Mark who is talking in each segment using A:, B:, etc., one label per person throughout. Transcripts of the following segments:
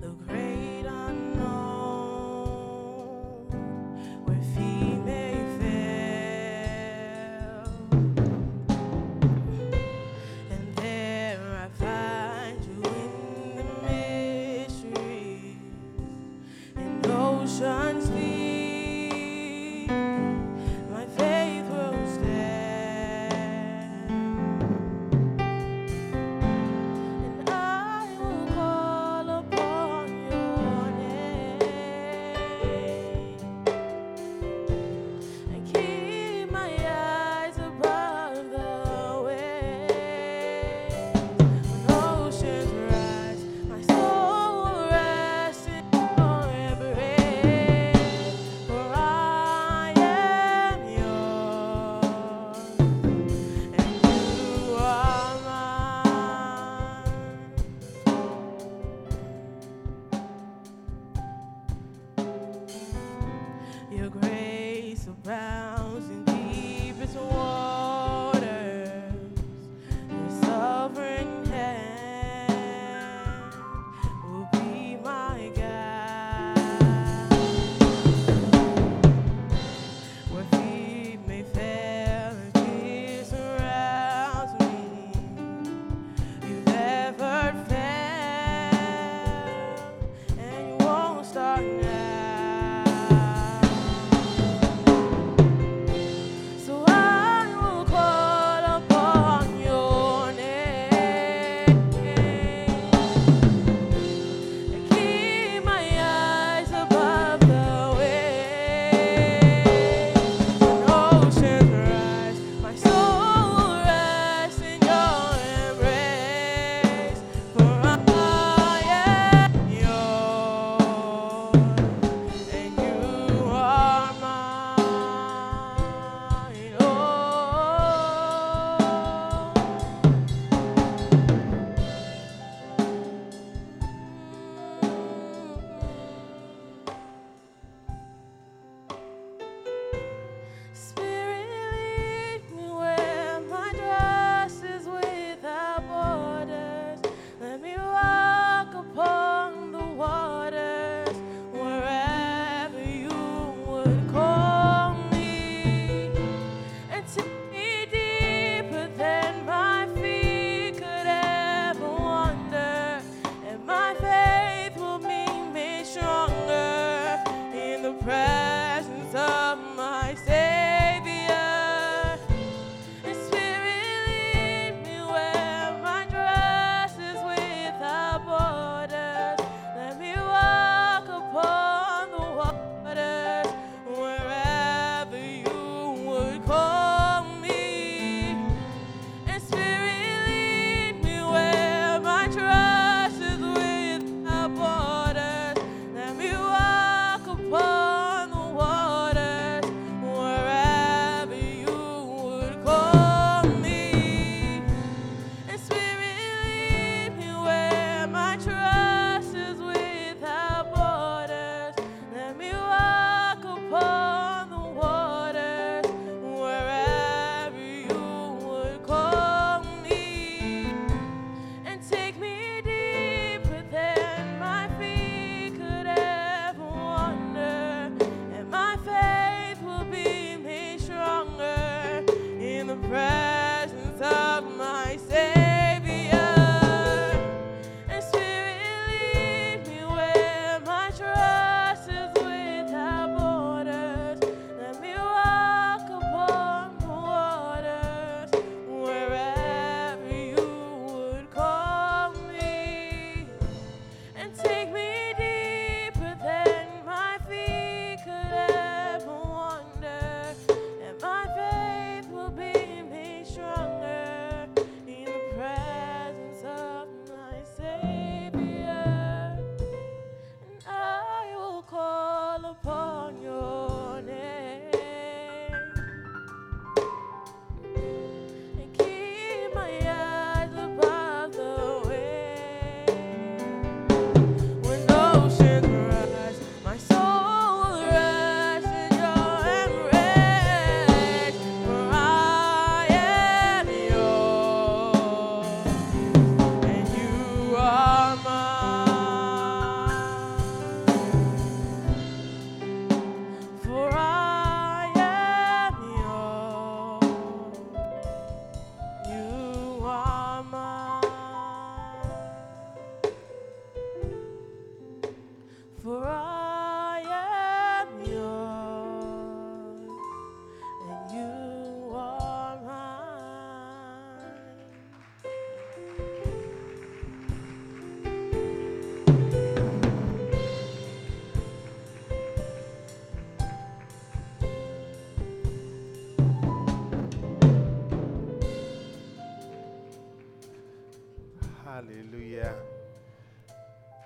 A: The great unknown, where feet may fail, and there I find you in the mysteries and oceans deep. My faith will stand. And I will call upon your name and keep my eyes above the waves. When oceans rise, my soul will rest in forever. For I am yours. And you are mine. Your grace abounds in deepest waters. Your sovereign hand will be my guide. Where feet may fail and fear surrounds me, you never fail, and you won't start now.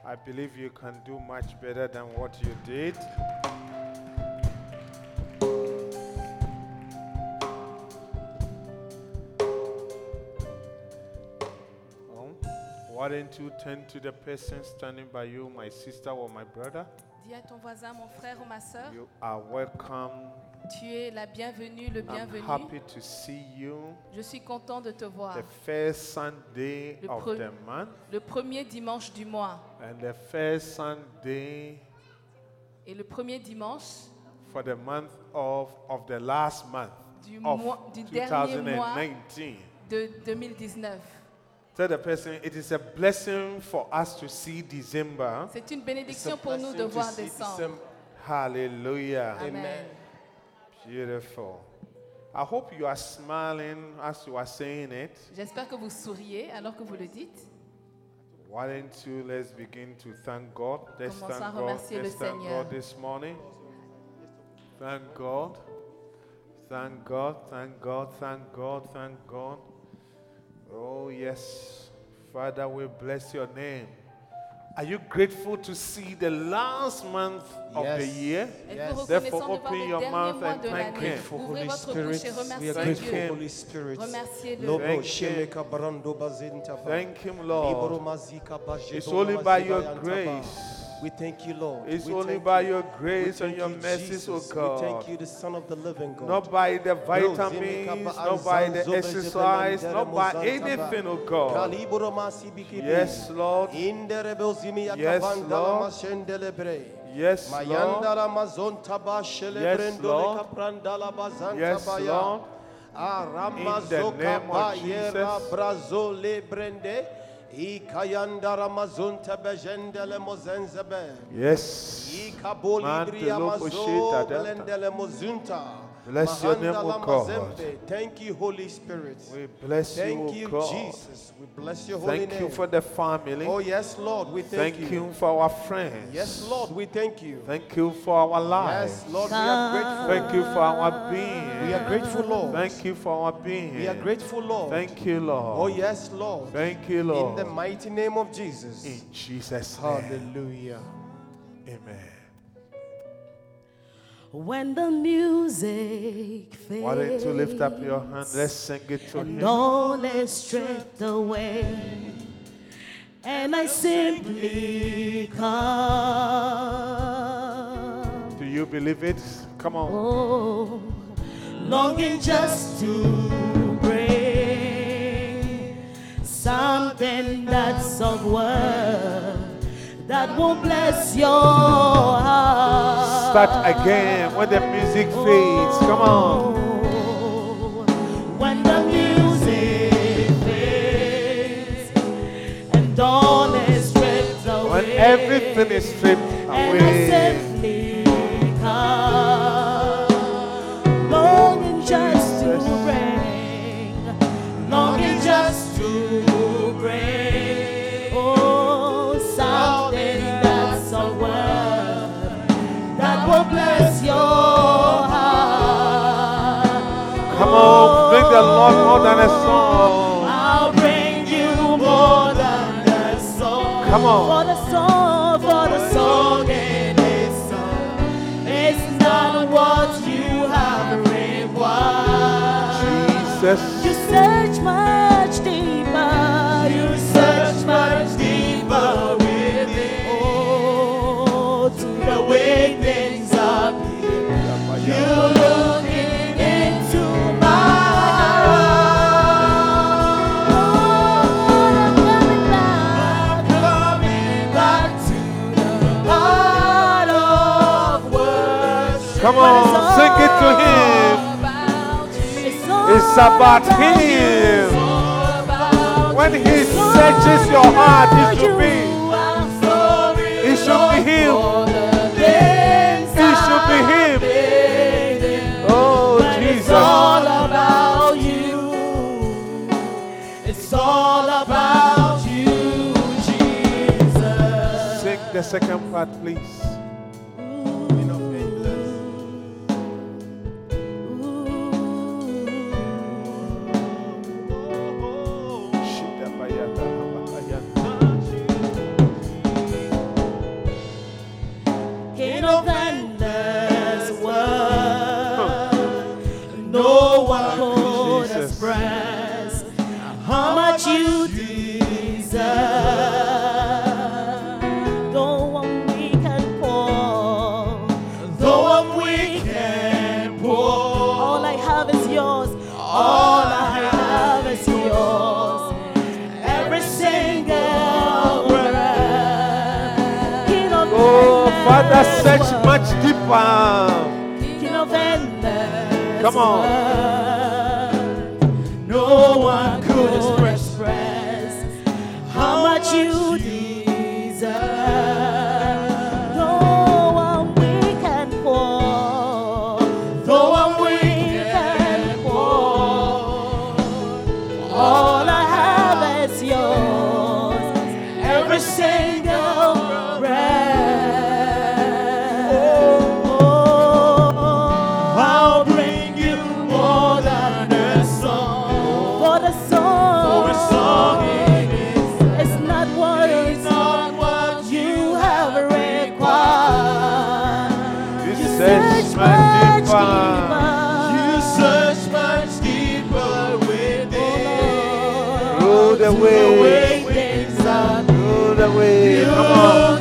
B: I believe you can do much better than what you did. Oh, Why don't you turn to the person standing by you, my sister or my brother?
C: Dis à ton voisin, mon frère ou ma soeur,
B: You are welcome.
C: tu es la bienvenue, le
B: I'm happy
C: bienvenu.
B: to see you.
C: Je suis content de te voir.
D: Ah.
B: The first Sunday
C: Le
B: of
C: pre-
B: the month
C: Le premier dimanche du mois
B: and the first Sunday
C: et le premier dimanche
B: for the month of of the last month
C: Du
B: of
C: mois- du dernier mois.
B: 2019.
C: de 2019.
B: Tell the person it is a blessing for us to see December.
C: C'est une bénédiction pour nous de voir descendre.
B: Hallelujah.
C: Amen.
B: Beautiful. I hope you are smiling as you are saying it.
C: J'espère que vous souriez alors que vous le dites.
B: Why don't you let's begin to thank God? Let's
C: Commençons à
B: thank God.
C: remercier le
B: Let's thank
C: Seigneur.
B: God this morning. Thank God. Thank God. Thank God. Thank God. Thank God. Oh yes. Father, we bless your name. Are you grateful to see the last month of the
E: Yes.
B: year?
C: Êtes-vous
E: Yes.
B: Therefore,
C: reconnaissant de voir
B: open your
C: le dernier
B: mouth
C: mois
B: and
C: de
B: thank
C: l'année
B: Him.
E: Grateful
C: Ouvrez
E: Holy
C: votre bouche et
E: Spirit. We are
C: remerciez
E: grateful,
B: Him.
C: Dieu.
E: Holy Spirit.
C: Remerciez-le.
E: Lobo
B: Thank
E: Shemeka Brando Bazintaba.
B: Thank Him,
E: Libro
B: Lord.
E: Mazika Bajedo
B: It's only by
E: Mazika
B: your
E: Yantaba.
B: grace.
E: We thank you, Lord.
B: It's
E: We
B: only
E: thank
B: by
E: you.
B: your
E: We
B: grace and
E: thank
B: your
E: you,
B: mercies, O
E: Jesus. We
B: God.
E: thank you, the Son of the Living God.
B: Not by the vitamins,
E: Vitamins,
B: not by the exercise, not by anything, oh God. Yes, Lord. Yes, Lord. Yes, Lord. Yes, Lord. Yes, Lord. In the name
E: e
B: of Jesus. Yes. Mantelo Poshita Delta. Bless your name, O God.
E: Thank you, Holy Spirit.
B: We bless you,
E: Thank
B: O
E: you,
B: God.
E: Jesus. We bless your holy
B: Thank
E: name.
B: you for the
E: oh,
B: family.
E: yes, Lord, we thank,
B: Thank you for our friends.
E: Yes, Lord, we thank you.
B: Thank you for our lives.
E: yes, Lord, we are grateful.
B: Thank you for our being.
E: We are grateful, Lord.
B: Thank you for our being.
E: We are grateful, Lord.
B: Thank you,
E: Oh,
B: Lord.
E: yes, Lord.
B: Thank you,
E: In
B: Lord.
E: the mighty name of Jesus.
B: In Jesus' name.
E: Hallelujah.
B: Amen.
A: When the music fades
B: Why don't you lift up your hand? Let's sing it to
A: and
B: Him.
A: all is stripped away, and I simply come,
B: Do you believe it? Come on.
A: oh, longing just to bring something that's of worth that will bless your heart.
B: Start again when the music fades. Come on.
A: When the music fades and all is stripped
B: When
A: away,
B: everything is stripped
A: and I
B: away.
A: simply come, longing just to bring, longing just to bring, oh something that's a worth that will bless your heart.
B: Come
A: "Oh."
B: on. Bring the Lord more than a song.
A: I'll bring you more than the song.
B: Come on.
A: For the song, for the song in itself. It's not what you have required.
B: Jesus.
A: You search much deeper. You search much deeper within. Oh, to the way things appear. You're looking into my eyes. I'm coming back. coming back to the heart of worship.
B: Come on. Sing it to Him. It's about Him. When He searches your heart, it should be. It should be Him. It should be Him. Oh,
A: It's all
B: Jesus.
A: about you. It's all about you, Jesus.
B: Sing the second part, please.
A: All I have is yours. Every single breath. King of
B: Oh,
A: endless
B: Father, search
A: world.
B: much deeper.
A: King of endless
B: Come on.
A: world. No one could express how much you deserve. No one we can pour. No one we can pour. All I have is yours. Every single breath. Oh, I'll bring you more than a song. For the song. For a song It's not what it's not what you have required.
B: You search much deeper.
A: You search much
B: deeper
A: deeper.
B: Through the way.
A: things are
B: Through the way. Come on.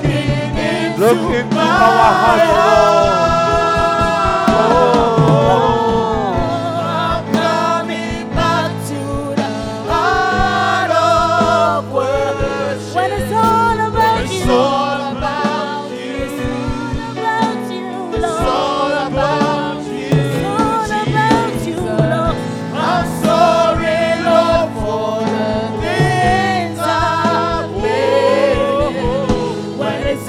B: Look into our hearts,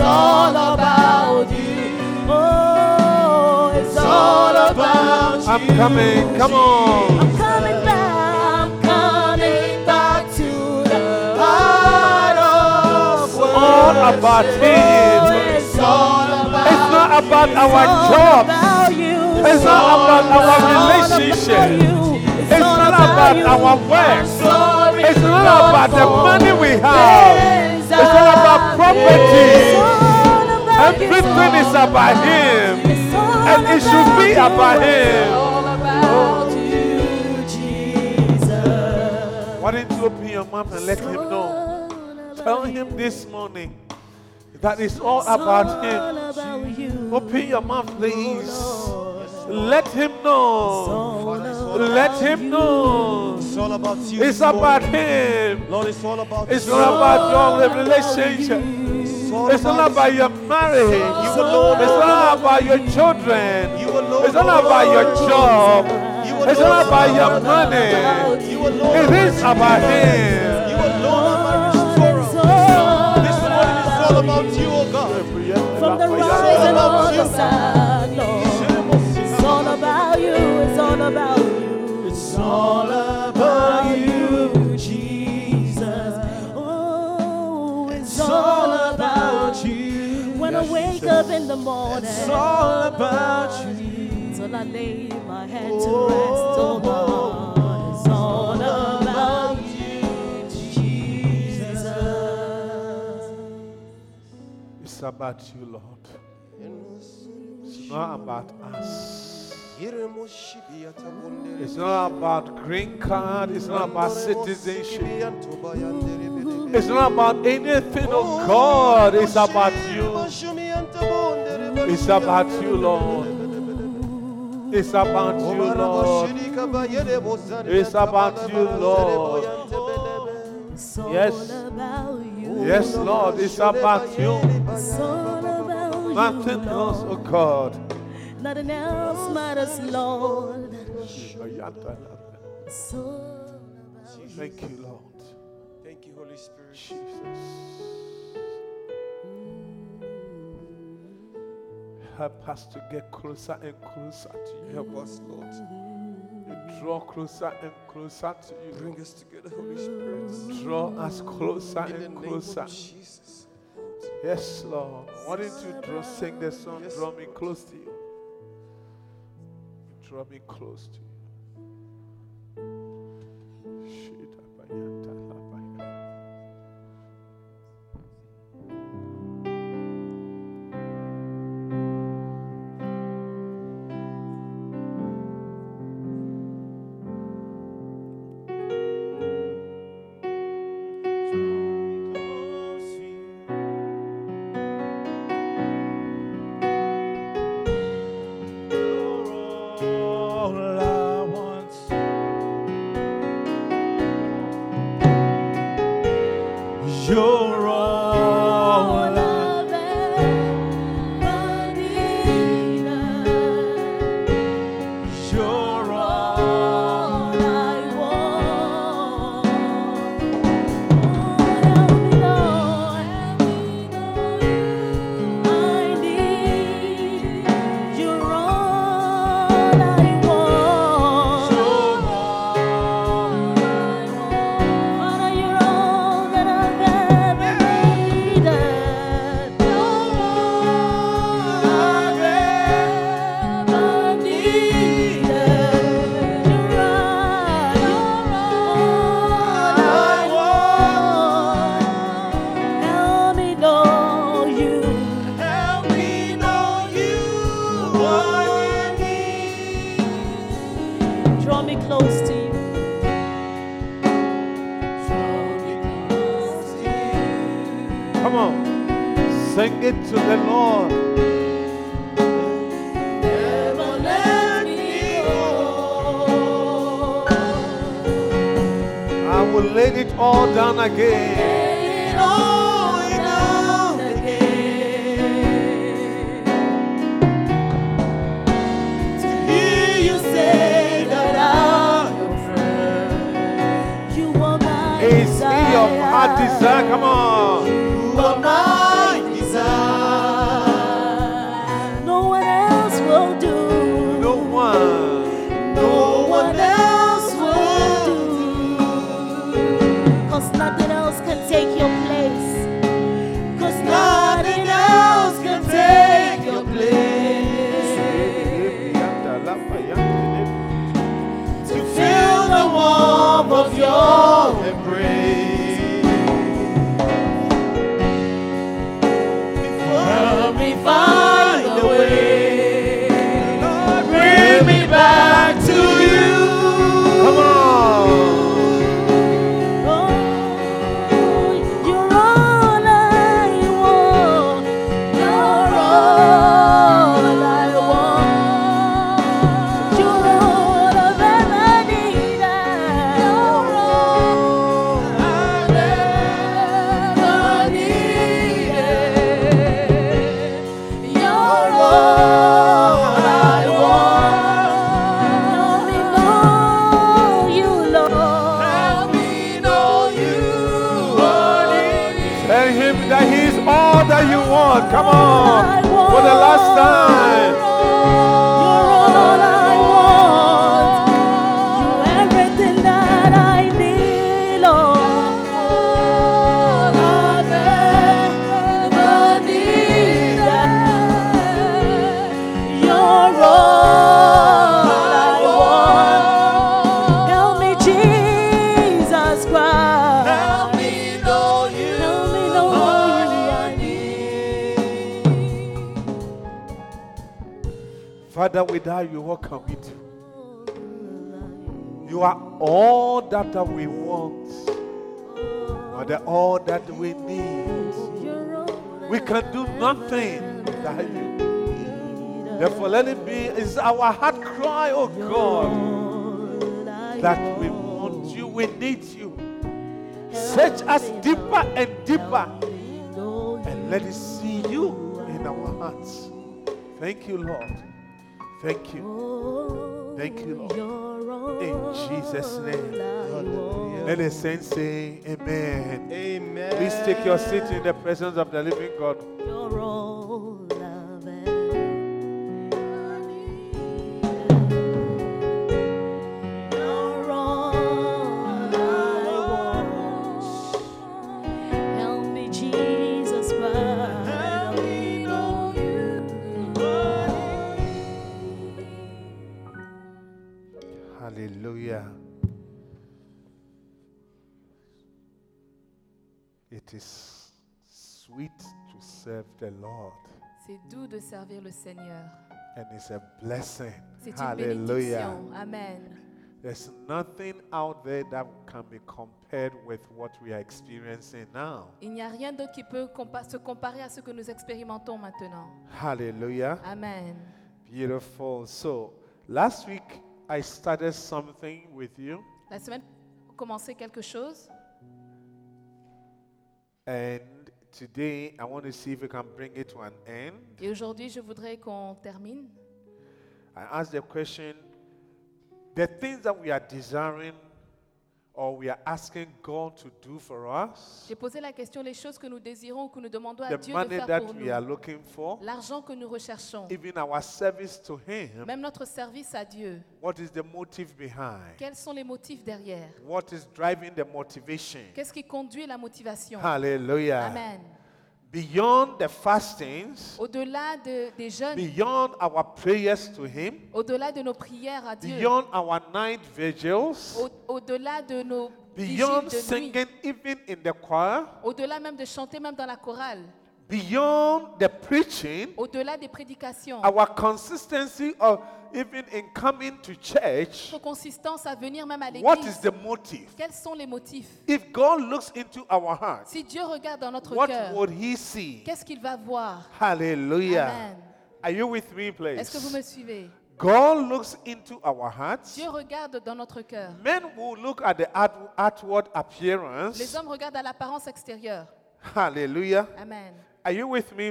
A: All about you. Oh, it's all about you.
B: Lord. I'm coming. Come on.
A: I'm coming back. I'm coming back to the heart of worship.
B: All about Him.
A: Oh, it's all about
B: It's not about our
A: all
B: jobs.
A: about you.
B: It's not about
A: It's all
B: our
A: about
B: relationship.
A: you.
B: It's
A: all
B: not about
A: you.
B: our work.
A: Sorry,
B: It's not about the é money we have. é
A: It's
B: all about property. Everything
A: Everything
B: is about Him. And it should be about Him. Why don't you open your mouth and let Him know? Tell Him this morning that it's all about Him. Open your mouth, please. Let Him know.
E: Father, it's all about-
B: Let Him know.
E: It's all about you.
B: It's
E: this morning.
B: about Him.
E: Lord, it's all about
B: It's
E: you.
B: not about your relationship.
E: all
B: It's not about your marriage. It's
E: alone.
B: not about your children.
E: You alone.
B: It's not about your job.
E: You
B: It's not about your money.
E: You alone.
B: It is about Him.
E: You alone are my restorer. This morning it's all about you, oh God.
A: From the rise and all the sun, Lord. It's all about you, it's all about you. It's all about you, Jesus. Oh, it's all about you. When I wake up in the morning, it's all about you. Till I lay my head to rest, oh God. It's all about you, Jesus.
B: It's about you, Lord. It's not about us. It's not about green card. It's not about citizenship. It's not about anything, oh God. It's about you. It's about you, Lord. It's about you, Lord. It's about you, Lord.
A: It's all
B: Yes.
A: about you.
B: Yes, Lord. It's about you.
A: It's all about you.
B: Nothing else, oh God.
A: Nothing else matters, Lord. It's all about you.
B: Thank you, Lord.
E: Thank you, Holy Spirit.
B: Jesus. Help us to get closer and closer to you.
E: Help us, Lord.
B: Draw closer and closer to you.
E: Bring us together, Holy Spirit.
B: Draw us closer
E: In the
B: and
E: name
B: closer.
E: of Jesus.
B: Yes, Lord. Why don't you draw, sing the song, draw me close to you? Draw me close to you. Shitabayatatabaya.
D: All I want
A: draw me close to you.
B: Come on. Sing it to the Lord. I will lay it all down again.
A: You are my
B: It's in your heart
A: desire.
B: desire. Come on.
A: No one else will do.
B: No one.
A: No one else will do. Cause nothing else can take your place. Cause nothing else can take your place. To feel the warmth of your Help me find a way. Bring me back to you.
B: Come on.
A: You're all I want. You're all I want. You're all I've ever needed. You're all I've ever needed. You're all I want. Let me know you, Lord.
B: Tell him that he is all that you want. Come on. For the last time.
A: Help me know you I need.
B: Father, without you, what can we do? You are all that we want. Father, all that we need. We can do nothing without you. Therefore, let it be is our heart cry, oh God, that we want you, we need you. Search us deeper and deeper, and let us see you in our hearts. Thank you, Lord. Thank you. Thank you, Lord. In Jesus' name. Let the saints say, Amen.
E: Amen.
B: Please take your seat in the presence of the living God.
A: You're all I've ever needed. You're all I want. Help me, Jesus Christ. Help me know you.
B: Hallelujah. It is sweet to serve the Lord,
C: C'est doux de servir le Seigneur.
B: and it's a blessing.
C: C'est une
B: Hallelujah.
C: bénédiction. Amen.
B: There's nothing out there that can be compared with what we are experiencing now.
C: Il n'y a rien d'autre qui peut compa- se comparer à ce que nous expérimentons maintenant.
B: Hallelujah.
C: Amen.
B: Beautiful. So, last week I started something with you,
C: La semaine commencer quelque chose
B: and today I want to see if we can bring it to an end.
C: et aujourd'hui je voudrais qu'on termine.
B: I ask the question the things that we are desiring or we are asking God to do for us,
C: J'ai posé la question les choses que nous désirons ou que nous demandons à
B: the
C: Dieu de
B: money
C: faire pour
B: that we are
C: nous,
B: looking for,
C: l'argent que nous recherchons,
B: even our service to Him,
C: même notre service à Dieu.
B: what is the motive behind?
C: Quels sont les motifs derrière
B: What is driving the motivation?
C: Qu'est-ce qui conduit la motivation
B: Hallelujah.
C: Amen.
B: Beyond the fastings,
C: Au-delà de- des jeunes,
B: beyond our prayers to Him,
C: au-delà de nos prières à Dieu,
B: beyond our night
D: Oh,
B: vigils,
C: au- au-delà de nos vigiles
B: beyond
C: de nuit,
B: singing even in the choir,
C: au-delà même de chanter même dans la chorale,
B: beyond the preaching,
D: Oh.
C: au-delà des prédications,
B: our consistency of even in coming to church,
D: Notre consistance à venir même à
B: what is
D: l'église.
B: the motive?
D: Quels sont les motifs
B: If God looks into our hearts,
D: Si Dieu regarde dans notre
B: what
D: cœur,
B: would He see?
D: qu'est-ce qu'il va voir
B: Hallelujah.
D: Amen.
B: Are you with me, please?
D: Est-ce que vous me suivez
B: God looks into our hearts.
D: Dieu regarde dans notre cœur.
B: Men will look at the out- outward
D: Les
B: appearance.
D: hommes regardent à l'apparence extérieure.
B: Hallelujah.
D: Amen.
B: Are you with me,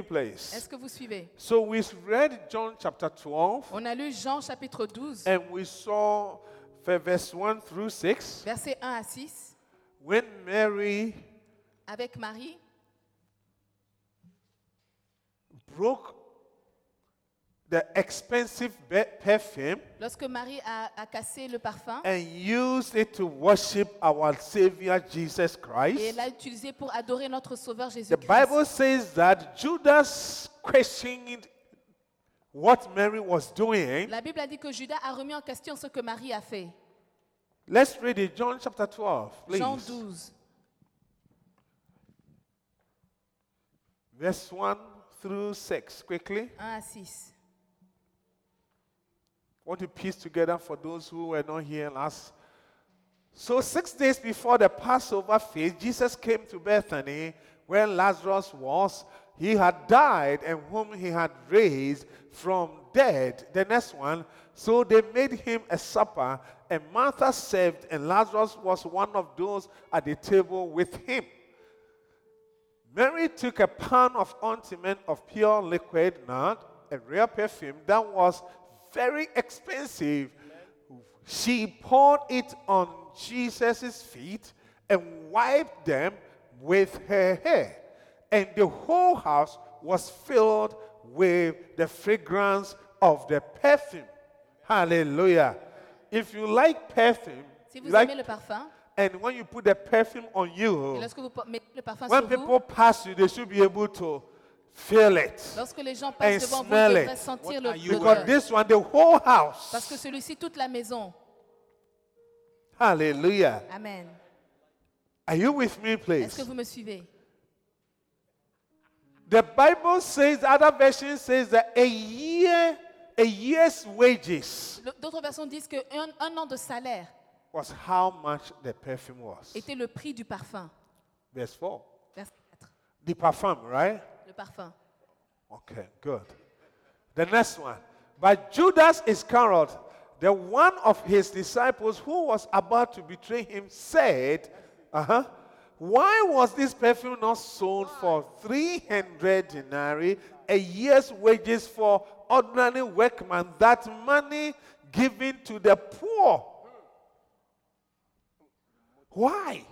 B: please?
D: Est-ce que vous suivez
B: So we read John chapter 12
D: On a lu Jean chapitre 12,
B: and we saw ver- verse 1 through 6
D: versets 1 à 6,
B: when Mary
D: avec Marie
B: broke the expensive be- perfume
D: Lorsque Marie a, a cassé le parfum
B: and used it to worship our Savior Jesus
D: et elle
B: Christ.
D: l'a utilisé pour adorer notre Sauveur
B: The
D: Jésus-Christ.
B: Bible says that Judas questioned what Mary was doing.
D: La Bible a dit que Judas a remis en question ce que Marie a fait.
B: Let's read it, John chapter 12, please.
D: Jean 12,
B: Verse 1 through 6, quickly.
D: 1 à 6.
B: want to piece together for those who were not here last. So, six days before the Passover feast, Jesus came to Bethany where Lazarus was. He had died and whom he had raised from dead. The next one. So they made him a supper, and Martha served, and Lazarus was one of those at the table with him. Mary took a pound of ointment of pure liquid nard, a rare perfume that was very expensive. She poured it on Jesus' feet and wiped them with her hair. And the whole house was filled with the fragrance of the perfume. Hallelujah. If you like perfume,
D: Si
B: you
D: vous
B: like-
D: aimez le parfum,
B: and when you put the perfume on you,
D: et lorsque vous po- mettez le parfum
B: when
D: sur
B: people
D: vous,
B: pass you, they should be able to feel it.
D: lorsque les gens
B: and
D: passent devant vous,
B: smell
D: ils
B: it.
D: devraient sentir le
B: Because
D: l'odeur.
B: this one, the whole
D: Parce que
B: house.
D: celui-ci, toute la maison.
B: Hallelujah.
D: Amen.
B: Are you with me,
D: Est-ce
B: please?
D: que vous me suivez
B: The Bible says, other version says that a year, a year's wages
D: Le- D'autres personnes disent qu'un un an de salaire
B: was how much the perfume was.
D: était le prix du parfum.
B: Verse 4.
D: Verset 4,
B: The perfume, right?
D: le parfum.
B: Okay, good. The next one. But Judas Iscariot, the one of his disciples who was about to betray him, said, uh-huh, Why was this perfume not sold for 300 denarii, a year's wages for ordinary workmen, that money given to the poor? Why?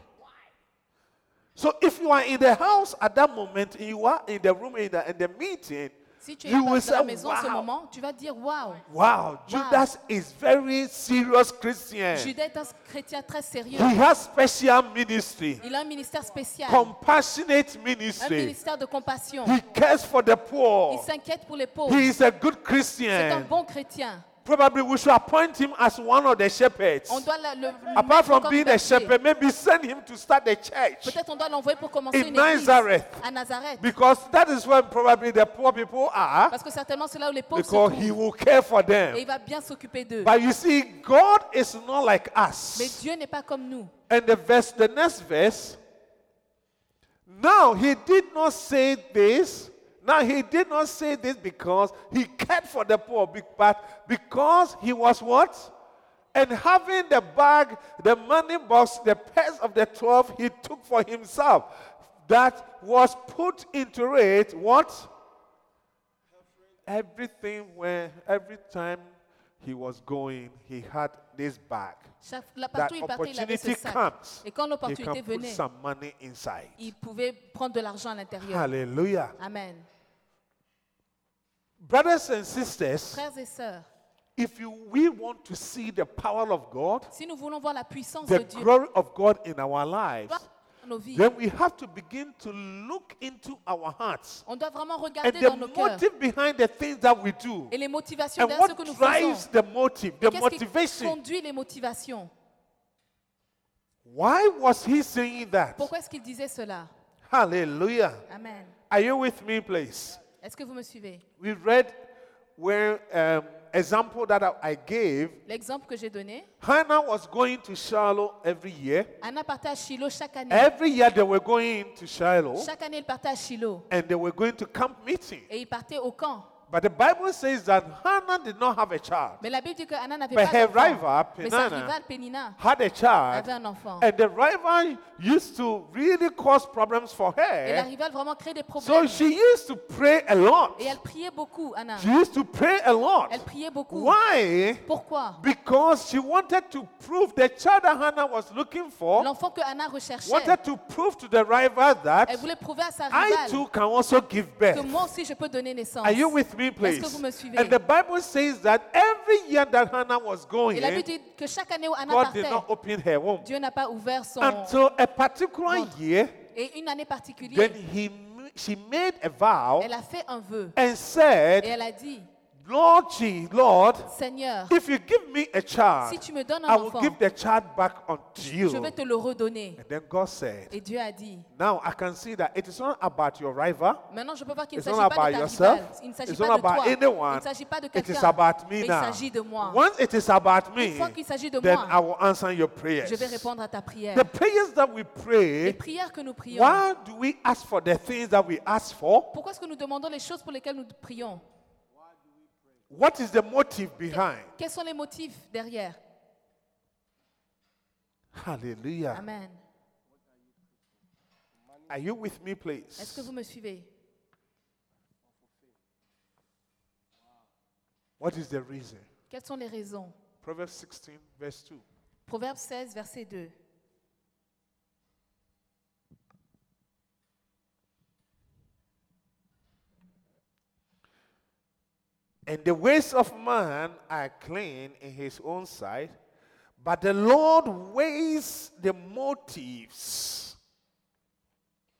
B: So if you are in the house at that moment, you are in the room in the, in the meeting,
D: Si tu es
B: you
D: dans
B: will say,
D: la maison en ce
B: wow,
D: moment, tu vas dire waouh.
B: wow, Judas is very serious Christian.
D: Judas est un chrétien très sérieux.
B: He has special ministry,
D: Il a un ministère spécial,
B: compassionate
D: un
B: ministry.
D: ministère de compassion.
B: He cares for the
D: Il
B: poor.
D: s'inquiète pour les pauvres.
B: He is a good
D: C'est
B: Christian.
D: un bon chrétien.
B: Probably we should appoint him as one of the shepherds.
D: On doit la- le, le
B: Apart
D: mettre
B: from
D: comme
B: being a
D: berger.
B: shepherd, maybe send him to start a church.
D: Peut-être on doit l'envoyer pour commencer
B: In
D: une église
B: Nazareth.
D: à Nazareth.
B: Because that is where probably the poor people are.
D: Parce que certainement c'est là où les pauvres se
B: because he
D: trouvent.
B: will care for
D: Et
B: them.
D: il va bien s'occuper d'eux.
B: But you see, God is not like
D: Mais
B: us.
D: Dieu n'est pas comme nous.
B: And the verse, the next verse. Now he did not say this. Now he did not say this because he cared for the poor, be- but because he was what? And having the bag, the money box, the purse of the twelve, he took for himself. That was put into it what? everything where every time he was going, he had this bag.
D: Chaque, là,
B: That
D: partout où il partait, il avait ce
B: opportunity
D: sac.
B: comes.
D: Et quand
B: He
D: l'opportunité
B: can put
D: venait,
B: some money inside.
D: il pouvait prendre de l'argent à l'intérieur.
B: Hallelujah.
D: Amen.
B: Brothers and sisters,
D: Frères et sœurs,
B: if you we want to see the power of God,
D: si nous voulons voir la puissance
B: the
D: de Dieu
B: glory of God in our lives,
D: dans nos vies,
B: then we have to begin to look into our hearts
D: on doit vraiment
B: and
D: regarder
B: the
D: dans nos cœurs
B: motive behind the things that we do.
D: et les motivations
B: And
D: derrière ce que nous
B: what drives
D: faisons.
B: the motive, the
D: Qu'est-ce qui
B: motivation?
D: conduit les motivations
B: Why was he saying that?
D: Pourquoi est-ce qu'il disait cela
B: Hallelujah.
D: Amen.
B: Are you with me, please?
D: Est-ce que vous me suivez
B: We read where um, example that I- I gave,
D: L'exemple que j'ai donné,
B: Hannah was going to Shiloh every year.
D: Anna partait à Shiloh chaque année.
B: Every year they were going to Shiloh
D: Chaque année, elle partait à Shiloh.
B: and they were going to camp meeting.
D: Et il partait au camp.
B: But the Bible says that Hannah did not have a child.
D: Mais la Bible dit que Anna n'avait
B: But
D: pas
B: her
D: d'enfant.
B: rival,
D: Mais sa
B: Penina,
D: rivale, Penina,
B: Had a child.
D: avait un enfant.
B: And the rival used to really cause problems for
D: Et la
B: her.
D: rivale vraiment créait des
B: So
D: problèmes.
B: she used to pray a lot.
D: Et elle priait beaucoup, Anna.
B: She used to pray a lot.
D: Elle priait beaucoup.
B: Why?
D: Pourquoi
B: Because she wanted to prove the child that Hannah was looking for,
D: L'enfant que Anna recherchait.
B: wanted to prove to the rival
D: Elle
B: that
D: voulait prouver à sa
B: I
D: rivale
B: too can also give
D: que
B: birth.
D: moi aussi je peux donner naissance.
B: Are you with me, please?
D: Est-ce que vous me suivez
B: And the Bible says that every year that Hannah was
D: Et
B: going,
D: la Bible dit que chaque année où Anna
B: God did
D: partait,
B: not open her womb.
D: Dieu n'a pas ouvert son.
B: Until a particular
D: ventre.
B: year,
D: Et une année
B: then
D: particulière,
B: he, m- she made a vow
D: elle a fait un vœu.
B: and
D: Et
B: said,
D: elle a dit
B: Lord, gee, Lord,
D: Seigneur,
B: if you give me a child,
D: si tu me donnes un
B: I will
D: enfant,
B: give the child back unto you.
D: je vais te le redonner.
B: And then God said,
D: Et Dieu a dit
B: Now I can see that it is not about your rival.
D: Maintenant, je peux voir qu'il ne
B: It's
D: s'agit
B: not
D: pas
B: about
D: de ta
B: yourself.
D: rivale. Il ne s'agit
B: It's
D: pas
B: not
D: de toi.
B: about
D: Il
B: anyone.
D: ne s'agit pas de
B: It
D: quelqu'un.
B: is about
D: Mais
B: me
D: il
B: now.
D: s'agit de moi.
B: Once it is about me,
D: Une fois qu'il s'agit de
B: then
D: moi,
B: I will answer your prayers.
D: Je vais répondre à ta prière.
B: The prayers that we
D: Les
B: pray,
D: prières que nous prions.
B: why do we ask for the things that we ask for?
D: Pourquoi est-ce que nous demandons les choses pour lesquelles nous prions
B: What is the motive behind?
D: Quels sont les motifs derrière
B: Hallelujah.
D: Amen.
B: Are you with me,
D: Est-ce que
B: please?
D: vous me suivez
B: What is the reason?
D: Quelles sont les raisons
B: Proverbs 16, verse 2.
D: Proverbe 16, verset 2.
B: And the ways of man are clean in his own sight, but the Lord weighs the motives.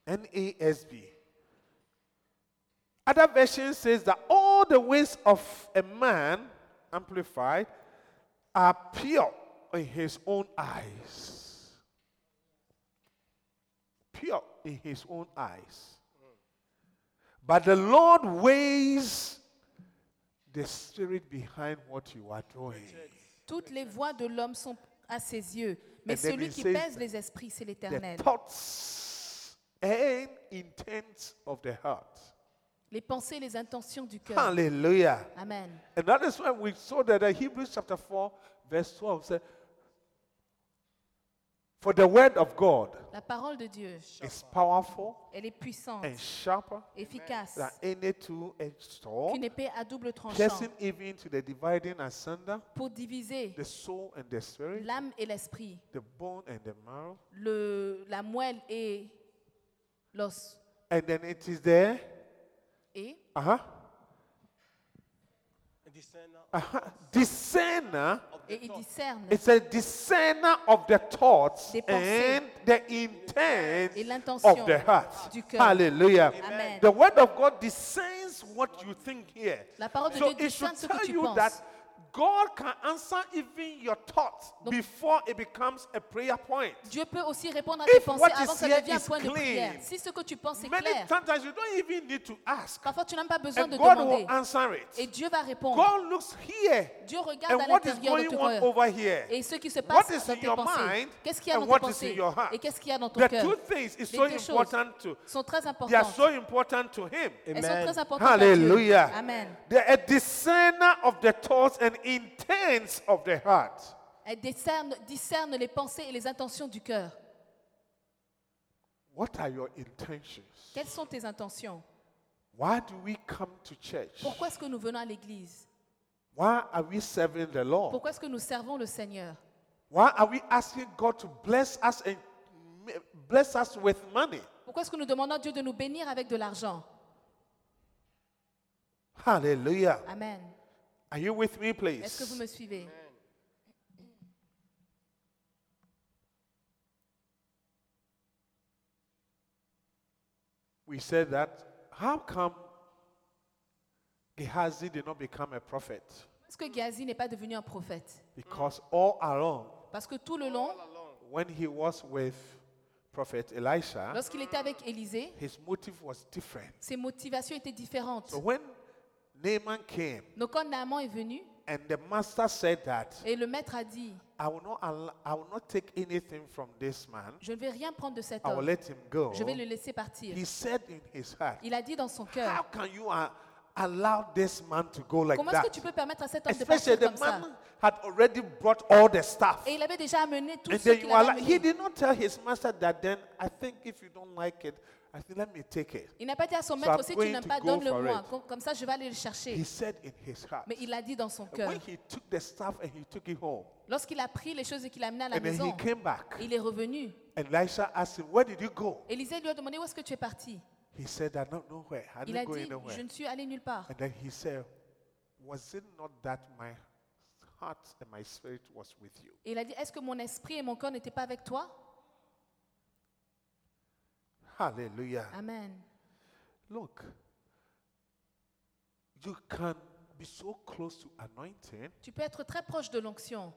B: NASB. Other version says that all the ways of a man, amplified, are pure in his own eyes. Pure in his own eyes. But the Lord weighs the spirit behind what you are doing.
D: Toutes les voies de l'homme sont à ses yeux, mais
B: And then
D: celui
B: it
D: qui
B: says
D: pèse les esprits, c'est
B: The
D: l'Éternel.
B: thoughts and intents of the heart.
D: Les pensées et les intentions du cœur.
B: Hallelujah.
D: Amen.
B: And that is why we saw that in Hebrews chapter 4, verse 12 said, For the word of God
D: La parole de Dieu,
B: is powerful
D: elle est puissante,
B: and sharper
D: efficace,
B: than any two-edged sword,
D: qu'une épée à double tranchant
B: piercing even to the dividing asunder
D: pour diviser
B: the soul and the spirit,
D: l'âme et l'esprit,
B: the bone and the marrow,
D: le, la moelle et l'os.
B: and then it is there.
D: Et
B: Uh-huh.
E: Discerner
B: Uh-huh. Discerner.
E: of the
D: Et il
E: thought.
D: discerne
B: It's a discerner of the thoughts
D: Des pensées.
B: and the intent
D: Et l'intention
B: of the heart.
D: du cœur.
B: Hallelujah.
D: Amen.
B: The word of God discerns what you think here.
D: La parole de
B: so
D: Dieu
B: it should
D: discerne ce
B: tell
D: que tu
B: you
D: penses.
B: that God can answer even your thoughts
D: Donc-
B: before it becomes a prayer point.
D: Dieu peut aussi répondre à
B: If
D: tes
B: what
D: pensées
B: is
D: avant que
B: here
D: ça devienne un
B: is
D: point de
B: clean,
D: prière. Si ce que tu penses est
B: Many
D: clair,
B: times you don't even need to ask.
D: parfois tu n'as même pas besoin
B: And
D: de
B: God
D: demander.
B: will answer it.
D: Et Dieu va répondre.
B: God looks here
D: Dieu regarde
B: and
D: à
B: what is
D: l'intérieur de
B: going
D: ton
B: on
D: cœur.
B: over here.
D: Et ce qui se
B: What
D: passe
B: is
D: dans
B: in
D: tes
B: your
D: pensées.
B: mind
D: Qu'est-ce qu'il y a
B: and
D: dans tes
B: what is in
D: pensées
B: your heart?
D: et qu'est-ce qu'il y a dans ton
B: The
D: cœur.
B: two things is
D: Les
B: so
D: deux choses
B: important to.
D: sont très
B: They are
D: importantes.
B: so important to him.
D: Elles sont très importantes à Dieu.
B: Hallelujah.
D: Amen.
B: They're a discerner of the thoughts and intents of the heart.
D: Elles discernent, discernent les pensées et les intentions du cœur.
B: What are your intentions?
D: Quelles sont tes intentions
B: Why do we come to church?
D: Pourquoi est-ce que nous venons à l'église
B: Why are we serving the Lord?
D: Pourquoi est-ce que nous servons le Seigneur
B: Why are we asking God to bless us and ma- bless us with money?
D: Pourquoi est-ce que nous demandons à Dieu de nous bénir avec de l'argent
B: Hallelujah.
D: Amen.
B: Are you with me,
D: Est-ce que vous
B: please?
D: me suivez
B: We said that how come Gehazi did not become a prophet?
D: Est-ce que Gazi n'est pas devenu un prophète
B: Because all along,
D: Parce que tout le long,
B: when he was with Prophet Elisha,
D: lorsqu'il était avec Élisée,
B: his motive was different.
D: ses motivations étaient différentes.
B: So when Naaman came
D: Donc quand Naaman est venu
B: And the master said that
D: Et le maître a dit,
B: I will not al- I will not take anything from this man.
D: je ne vais rien prendre de cet
B: I will
D: homme.
B: let him go.
D: Je vais le laisser partir.
B: He said in his heart,
D: Il a dit euh, dans son
B: How
D: cœur,
B: can you uh, allow this man to go like
D: comment est-ce que
B: that?
D: tu peux permettre à cet homme de
B: Especially
D: partir
B: the
D: comme ça
B: man had already brought all the stuff.
D: Et il avait déjà amené tout
B: And
D: ce
B: then
D: qu'il
B: you allow,
D: avait
B: he
D: amené.
B: did not tell his master that then I think if you don't like it, I think let me take it.
D: Il n'a pas dit à son
B: So
D: maître,
B: I'm
D: si tu
B: going
D: n'aimes
B: to
D: pas,
B: go
D: donne-le-moi.
B: for it.
D: Com- Comme ça, je vais aller le chercher.
B: He said in his heart.
D: Mais il l'a dit dans son
B: And
D: cœur.
B: when he took the stuff and he took it home,
D: Lorsqu'il a pris les choses et qu'il a amené à la
B: and then he
D: maison,
B: came back,
D: il est revenu.
B: and Elisha asked him, Where did you go?
D: Élisée lui a demandé, où est-ce que tu es parti
B: He said, I don't know where. I
D: Il a
B: didn't go
D: dit,
B: anywhere.
D: je ne suis allé nulle part.
B: And then he said, Was it not that my heart and my spirit was with you?
D: Et il a dit, est-ce que mon esprit et mon corps n'étaient pas avec toi
B: Hallelujah.
D: Amen.
B: Look, you can be so close to anointing,
D: Tu peux être très proche de l'onction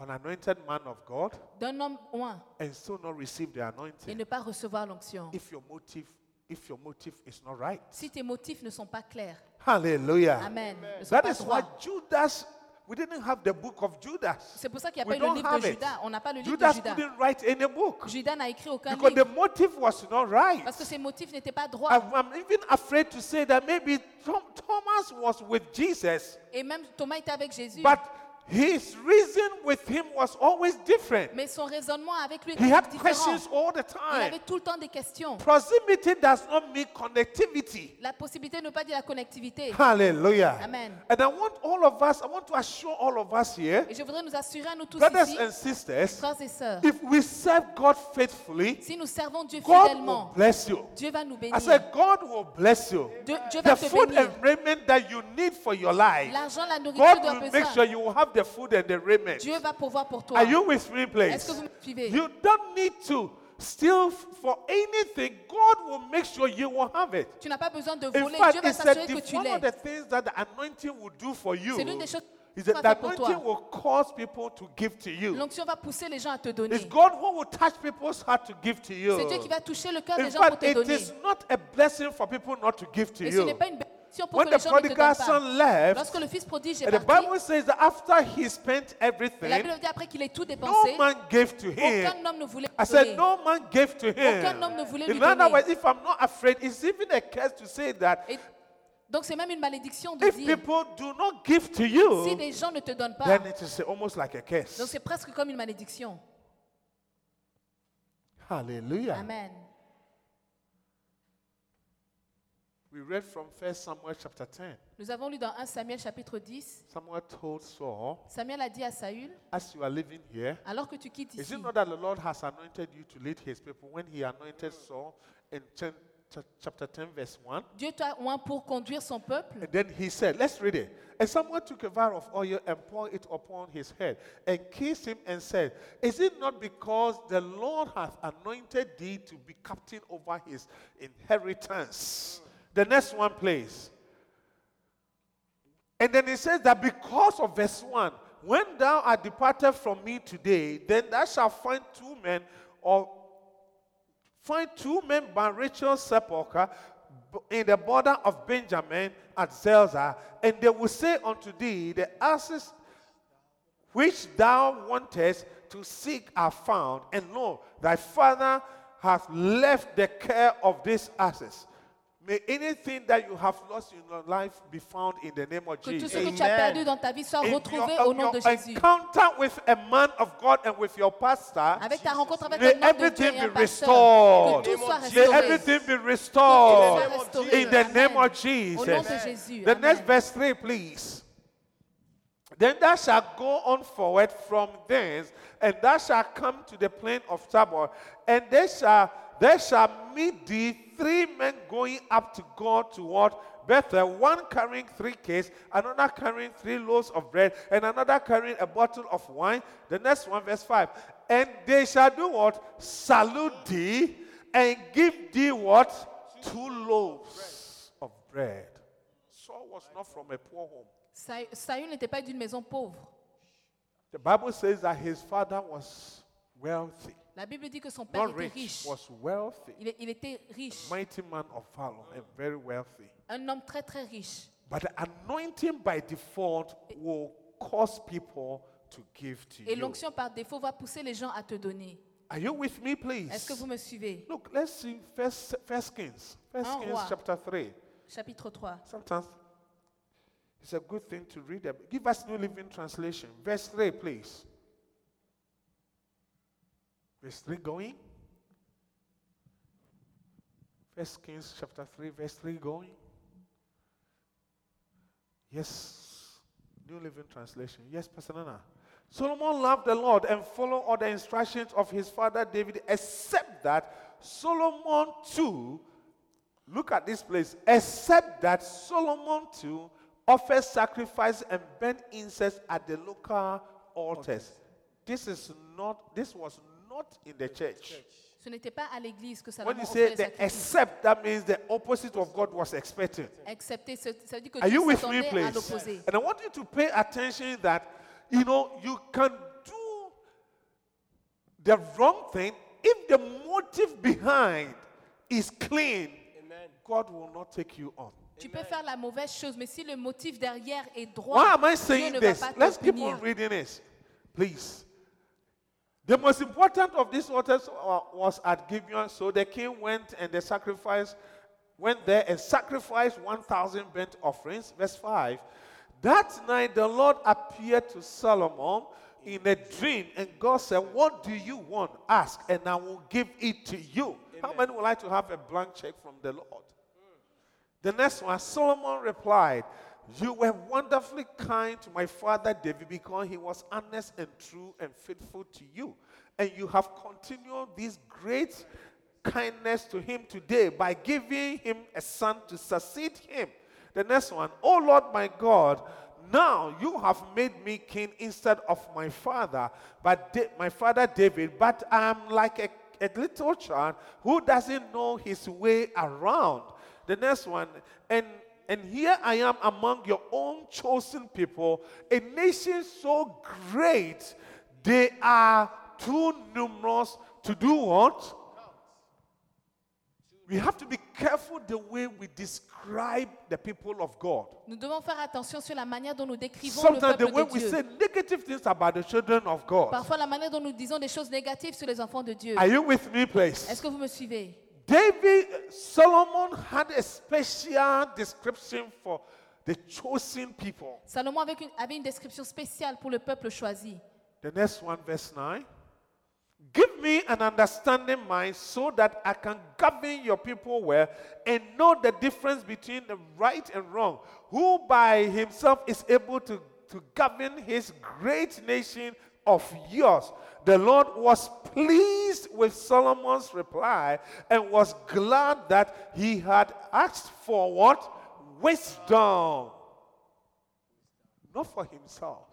B: an anointed man of God,
D: d'un homme oint
B: and still not receive the
D: et
B: anointing
D: ne pas recevoir l'onction.
B: if your motive if your motive is not right.
D: Si tes motifs ne sont pas clairs.
B: Hallelujah.
D: Amen. Ne sont
B: That
D: pas
B: is why
D: droits.
B: Judas we didn't have the book of Judas.
D: C'est pour ça qu'il n'y
B: We
D: a pas eu le
B: don't
D: livre de
B: have it.
D: Judas. On n'a pas le livre de
B: Judas
D: Judas.
B: couldn't write any book
D: Judas n'a écrit aucun
B: because the
D: livre
B: motive was not right.
D: parce que ses motifs n'étaient pas droits.
B: I'm, I'm even afraid to say that maybe Thom- Thomas was with Jesus,
D: Et même Thomas était avec Jésus.
B: but his reason with him was always different.
D: Mais son raisonnement avec lui
B: He
D: était
B: had
D: différent.
B: questions all the
D: Il
B: time.
D: avait tout le temps des questions.
B: Proximity does not mean connectivity.
D: La possibilité de ne pas dire la connectivité.
B: Hallelujah.
D: Amen.
B: And I want all of us, I want to assure all of us here,
D: Et je voudrais nous assurer à nous tous
B: brothers
D: ici,
B: and sisters,
D: frères et sœurs,
B: if we serve God faithfully,
D: si nous servons Dieu
B: God will
D: fidèlement,
B: bless you.
D: Dieu va nous
B: I
D: bénir.
B: said, God will bless you.
D: Dieu, Dieu
B: The
D: va te
B: food
D: bénir.
B: and raiment that you need for your life,
D: L'argent, la nourriture,
B: God
D: doit
B: will make sure you will have the food and the raiment.
D: Dieu va pourvoir pour toi.
B: Are you with me,
D: Est-ce
B: please?
D: que vous me suivez?
B: You don't need to steal f- for anything. God will make sure you will have it.
D: Tu n'as pas besoin de
B: In
D: voler.
B: fact,
D: Dieu va
B: he said
D: s'assurer que
B: the-
D: tu
B: one of the
D: l'aies.
B: things that the anointing will do for you
D: C'est l'une des choses
B: is
D: qu'on
B: that
D: va
B: the
D: faire pour toi.
B: anointing will cause people to give to you.
D: L'onction va pousser les gens à te
B: It's
D: donner.
B: God who will touch people's heart to give to you.
D: C'est Dieu qui va toucher le cœur
B: In
D: des gens pour
B: fact,
D: te
B: it
D: donner.
B: is not a blessing for people not to give to
D: Et ce n'est
B: you.
D: pas une bénédiction pour
B: When
D: que les
B: the
D: gens ne te donnent
B: prodigal
D: pas.
B: son left,
D: Lorsque le fils prodige est
B: and the
D: parti,
B: Bible says that after he spent
D: la Bible
B: everything,
D: dit après qu'il ait tout dépensé,
B: no man gave to him.
D: aucun homme ne voulait
B: I
D: lui
B: said,
D: donner.
B: no man gave to him.
D: Aucun homme ne voulait lui
B: In other
D: donner.
B: words, if I'm not afraid, it's even a curse to say that
D: Et donc c'est même une malédiction de
B: if
D: dire
B: people do not give to
D: si
B: you,
D: les gens ne te donnent pas.
B: then it is almost like a
D: Donc
B: curse.
D: c'est presque comme une malédiction.
B: Hallelujah.
D: Amen.
B: We read from 1 Samuel chapter 10.
D: Nous avons lu dans 1 Samuel chapitre 10,
B: Samuel told Saul,
D: Samuel a dit à Saül,
B: as you are living here,
D: alors que tu quittes
B: is
D: ici,
B: it not that the Lord has anointed you to lead his people when he anointed Saul in 10, ch- chapter 10, verse 1?
D: Dieu t'a oint pour conduire son peuple.
B: And then he said, Let's read it. And someone took a vial of oil and poured it upon his head and kissed him and said, Is it not because the Lord hath anointed thee to be captain over his inheritance? The next one, please. And then it says that because of verse 1, when thou art departed from me today, then thou shalt find two men or find two men by Rachel's sepulchre b- in the border of Benjamin at Zelzah, and they will say unto thee, The asses which thou wantest to seek are found, and lo, thy father hath left the care of these asses. May anything that you have lost in your life be found in the name of
D: Que tout
B: Jesus.
D: ce que tu as perdu dans ta vie soit
B: In
D: retrouvé
B: your-
D: au nom
B: your
D: de Jésus.
B: encounter with a man of God and with your pastor,
D: Avec ta rencontre avec
B: May
D: un homme de Dieu
B: everything
D: et un
B: be
D: pasteur,
B: restored.
D: que tout soit
B: May
D: restauré.
B: everything be
D: Que
B: restored
D: tout soit restauré.
B: in the
D: Amen.
B: name of
D: Au nom de
B: Jesus.
D: Jésus.
B: The
D: Amen.
B: next verse 3, please. Then thou shalt go on forward from thence, and thou shalt come to the plain of Tabor, and they shall there shall meet thee three men going up to God toward Bethel, one carrying three cakes, another carrying three loaves of bread, and another carrying a bottle of wine. The next one, verse 5. And they shall do what? Salute thee and give thee what? Two loaves of bread. Saul was not from a poor home.
D: Sa- Saül n'était pas d'une maison pauvre.
B: The Bible says that his father was wealthy.
D: La Bible dit que son père
B: Not
D: était
B: rich,
D: riche.
B: was wealthy.
D: Il, est- il était riche.
B: Mighty man of valor and very wealthy.
D: Un homme très très riche.
B: But the anointing by default will cause people to give to
D: Et
B: you.
D: l'onction par défaut va pousser les gens à te donner.
B: Are you with me, please?
D: Est-ce que vous me suivez
B: Look, let's see First, first Kings, First
D: Un
B: Kings
D: roi.
B: chapter 3.
D: Chapitre 3.
B: Sometimes it's a good thing to read. them. Give us New Living Translation. Verse 3, please. Verse 3 going. First Kings chapter 3, verse 3 going. Yes. New Living Translation. Yes, Pastor Nana. Solomon loved the Lord and followed all the instructions of his father David, except that Solomon too, look at this place, except that Solomon too offered sacrifice and burnt incense at the local altars. This is not, this was not in the church.
D: Ce n'était pas à l'église que
B: When
D: Salomon
B: you
D: offrait
B: say
D: les
B: the
D: sacrifices.
B: except, that means the opposite of God was expected.
D: Excepté, ce- ça veut dire que
B: Are you
D: Dieu
B: with me,
D: s'attendait à
B: please?
D: l'opposé.
B: And I want you to pay attention that you know you can do the wrong thing if the motive behind is clean.
E: Amen.
B: God will not take you on.
D: Tu peux faire la mauvaise chose, mais si le motif derrière est droit,
B: Why am I
D: Dieu
B: saying
D: ne va
B: this?
D: pas te
B: Let's keep on
D: punir.
B: reading this, please. The most important of these altars wa- was at Gibeon, so the king went and the sacrifice went there and sacrificed 1,000 burnt offerings. Verse 5. That night the Lord appeared to Solomon in a dream, and God said, What do you want? Ask, and I will give it to you. How many would like to have a blank check from the Lord? The next one, Solomon replied, You were wonderfully kind to my father David because he was honest and true and faithful to you. And you have continued this great kindness to him today by giving him a son to succeed him. The next one, Oh Lord my God, now you have made me king instead of my father, but Da- my father David, but I'm like a, a little child who doesn't know his way around. The next one, and and here I am among your own chosen people, a nation so great they are too numerous to do what? We have to be careful the way we describe the people of God.
D: Nous devons faire attention sur la manière dont nous décrivons
B: Sometimes
D: le
B: the
D: peuple
B: way
D: de
B: we
D: Dieu.
B: say negative things about the children of God.
D: Parfois, la manière dont nous disons des choses négatives sur les enfants de Dieu.
B: Are you with me,
D: Est-ce
B: please?
D: que vous me suivez
B: David Solomon had a special description for the chosen people.
D: Salomon avait une, avait une description spéciale pour le peuple choisi.
B: The next one, verse 9. Give me an understanding mind so that I can govern your people well and know the difference between the right and wrong, who by himself is able to, to govern his great nation of yours. The Lord was pleased with Solomon's reply and was glad that he had asked for what? Wisdom. Not for himself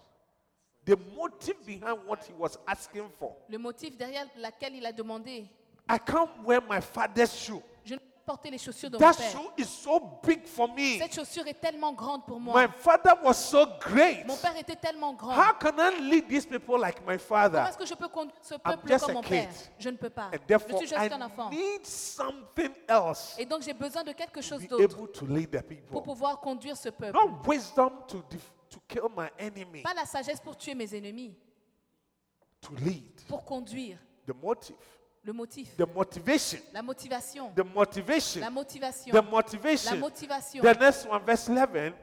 B: the motive behind what he was asking for.
D: Le motif derrière laquelle il a demandé
B: I can't wear my father's shoe.
D: Je ne peux pas porter les chaussures de mon
B: That
D: père.
B: shoe is so big for me.
D: Cette chaussure est tellement grande pour moi.
B: My father was so great.
D: Mon père était tellement grand.
B: How can I lead these people like my
D: Comment
B: father?
D: est-ce que je peux conduire ce
B: I'm
D: peuple
B: just
D: comme
B: a
D: mon
B: kid.
D: père Je ne peux pas.
B: And
D: Je
B: therefore,
D: suis juste un
B: I
D: enfant.
B: need something else
D: Et donc, j'ai besoin de quelque
B: to
D: chose
B: be
D: d'autre
B: able to lead the
D: pour
B: people.
D: pouvoir conduire ce peuple.
B: Not wisdom to, def- to kill my enemy,
D: Pas la sagesse pour tuer mes ennemis,
B: to lead.
D: pour conduire.
B: The motive,
D: Le motif,
B: the motivation,
D: la motivation,
B: the motivation,
D: la motivation,
B: The motivation.
D: La motivation.
B: The next one, verse 11.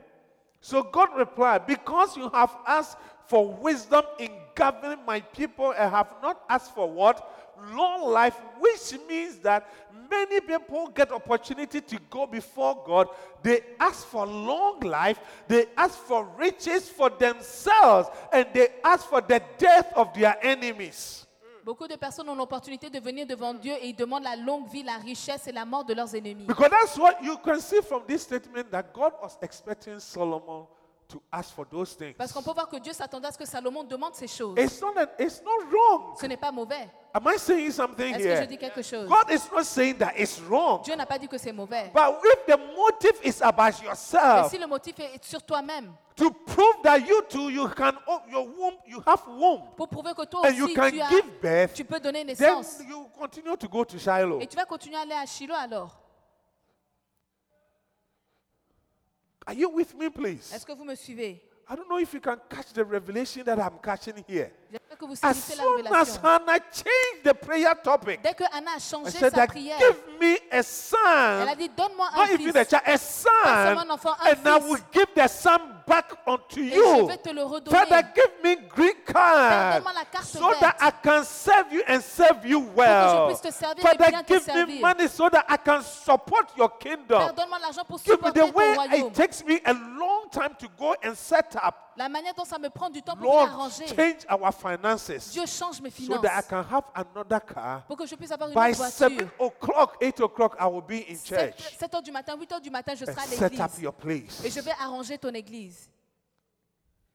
B: So God replied, Because you have asked for wisdom in governing my people and have not asked for what? Long life, which means that many people get opportunity to go before God. They ask for long life, they ask for riches for themselves, and they ask for the death of their enemies.
D: Beaucoup de personnes ont l'opportunité de venir devant Dieu et ils demandent la longue vie, la richesse et la mort de leurs ennemis.
B: Because that's what you can see from this statement that God was expecting Solomon to ask for those things.
D: Parce qu'on peut voir que Dieu s'attendait à ce que Salomon demande ces choses.
B: It's not that it's not wrong.
D: Ce n'est pas mauvais.
B: Am I saying something
D: Est-ce que je
B: here?
D: dis quelque chose
B: God is not saying that it's wrong.
D: Dieu n'a pas dit que c'est mauvais.
B: But if the motive is about
D: Mais
B: yourself,
D: si le motif est sur toi-même,
B: to prove that you too you can o- your womb, you have womb,
D: pour prouver que toi
B: And
D: aussi
B: you can
D: tu, as-
B: give birth,
D: tu peux donner
B: then
D: naissance.
B: you continue to go to Shiloh.
D: Et tu vas continuer à aller à Shiloh alors.
B: Are you with me, please?
D: Est-ce que vous me suivez
B: I don't know if you can catch the revelation that I'm catching here.
D: J'espère que vous
B: As
D: saisissez la
B: soon as
D: révélation.
B: Hannah changed the prayer topic,
D: Dès que Anna a
B: I
D: changé
B: said
D: sa
B: that
D: prière,
B: give me a
D: elle a
B: son,
D: dit Donne-moi un
B: not even a
D: fils.
B: child, a son,
D: seulement un enfant, un
B: and I
D: fils.
B: will give the son back unto
D: Et je
B: you.
D: vais te le redonner.
B: Father, give me green card
D: Père, donne-moi la carte
B: so that I can serve you and serve you well.
D: puisse te servir et
B: Father,
D: bien te
B: give me
D: servir.
B: money so that I can support your kingdom.
D: Père, donne-moi l'argent pour
B: Give me
D: supporter
B: the
D: ton
B: way
D: royaume.
B: it takes me a long time to go and set up.
D: La manière dont ça me prend du temps pour
B: Lord,
D: venir arranger.
B: change our finances
D: Dieu change mes
B: so
D: finances
B: that I can have another car.
D: pour que je puisse avoir une
B: By
D: autre voiture.
B: 7 o'clock, 8 o'clock, I will be in church
D: 7h du matin, 8h du matin, je
B: and
D: serai à
B: set up
D: l'église.
B: your place.
D: Et je vais arranger ton église.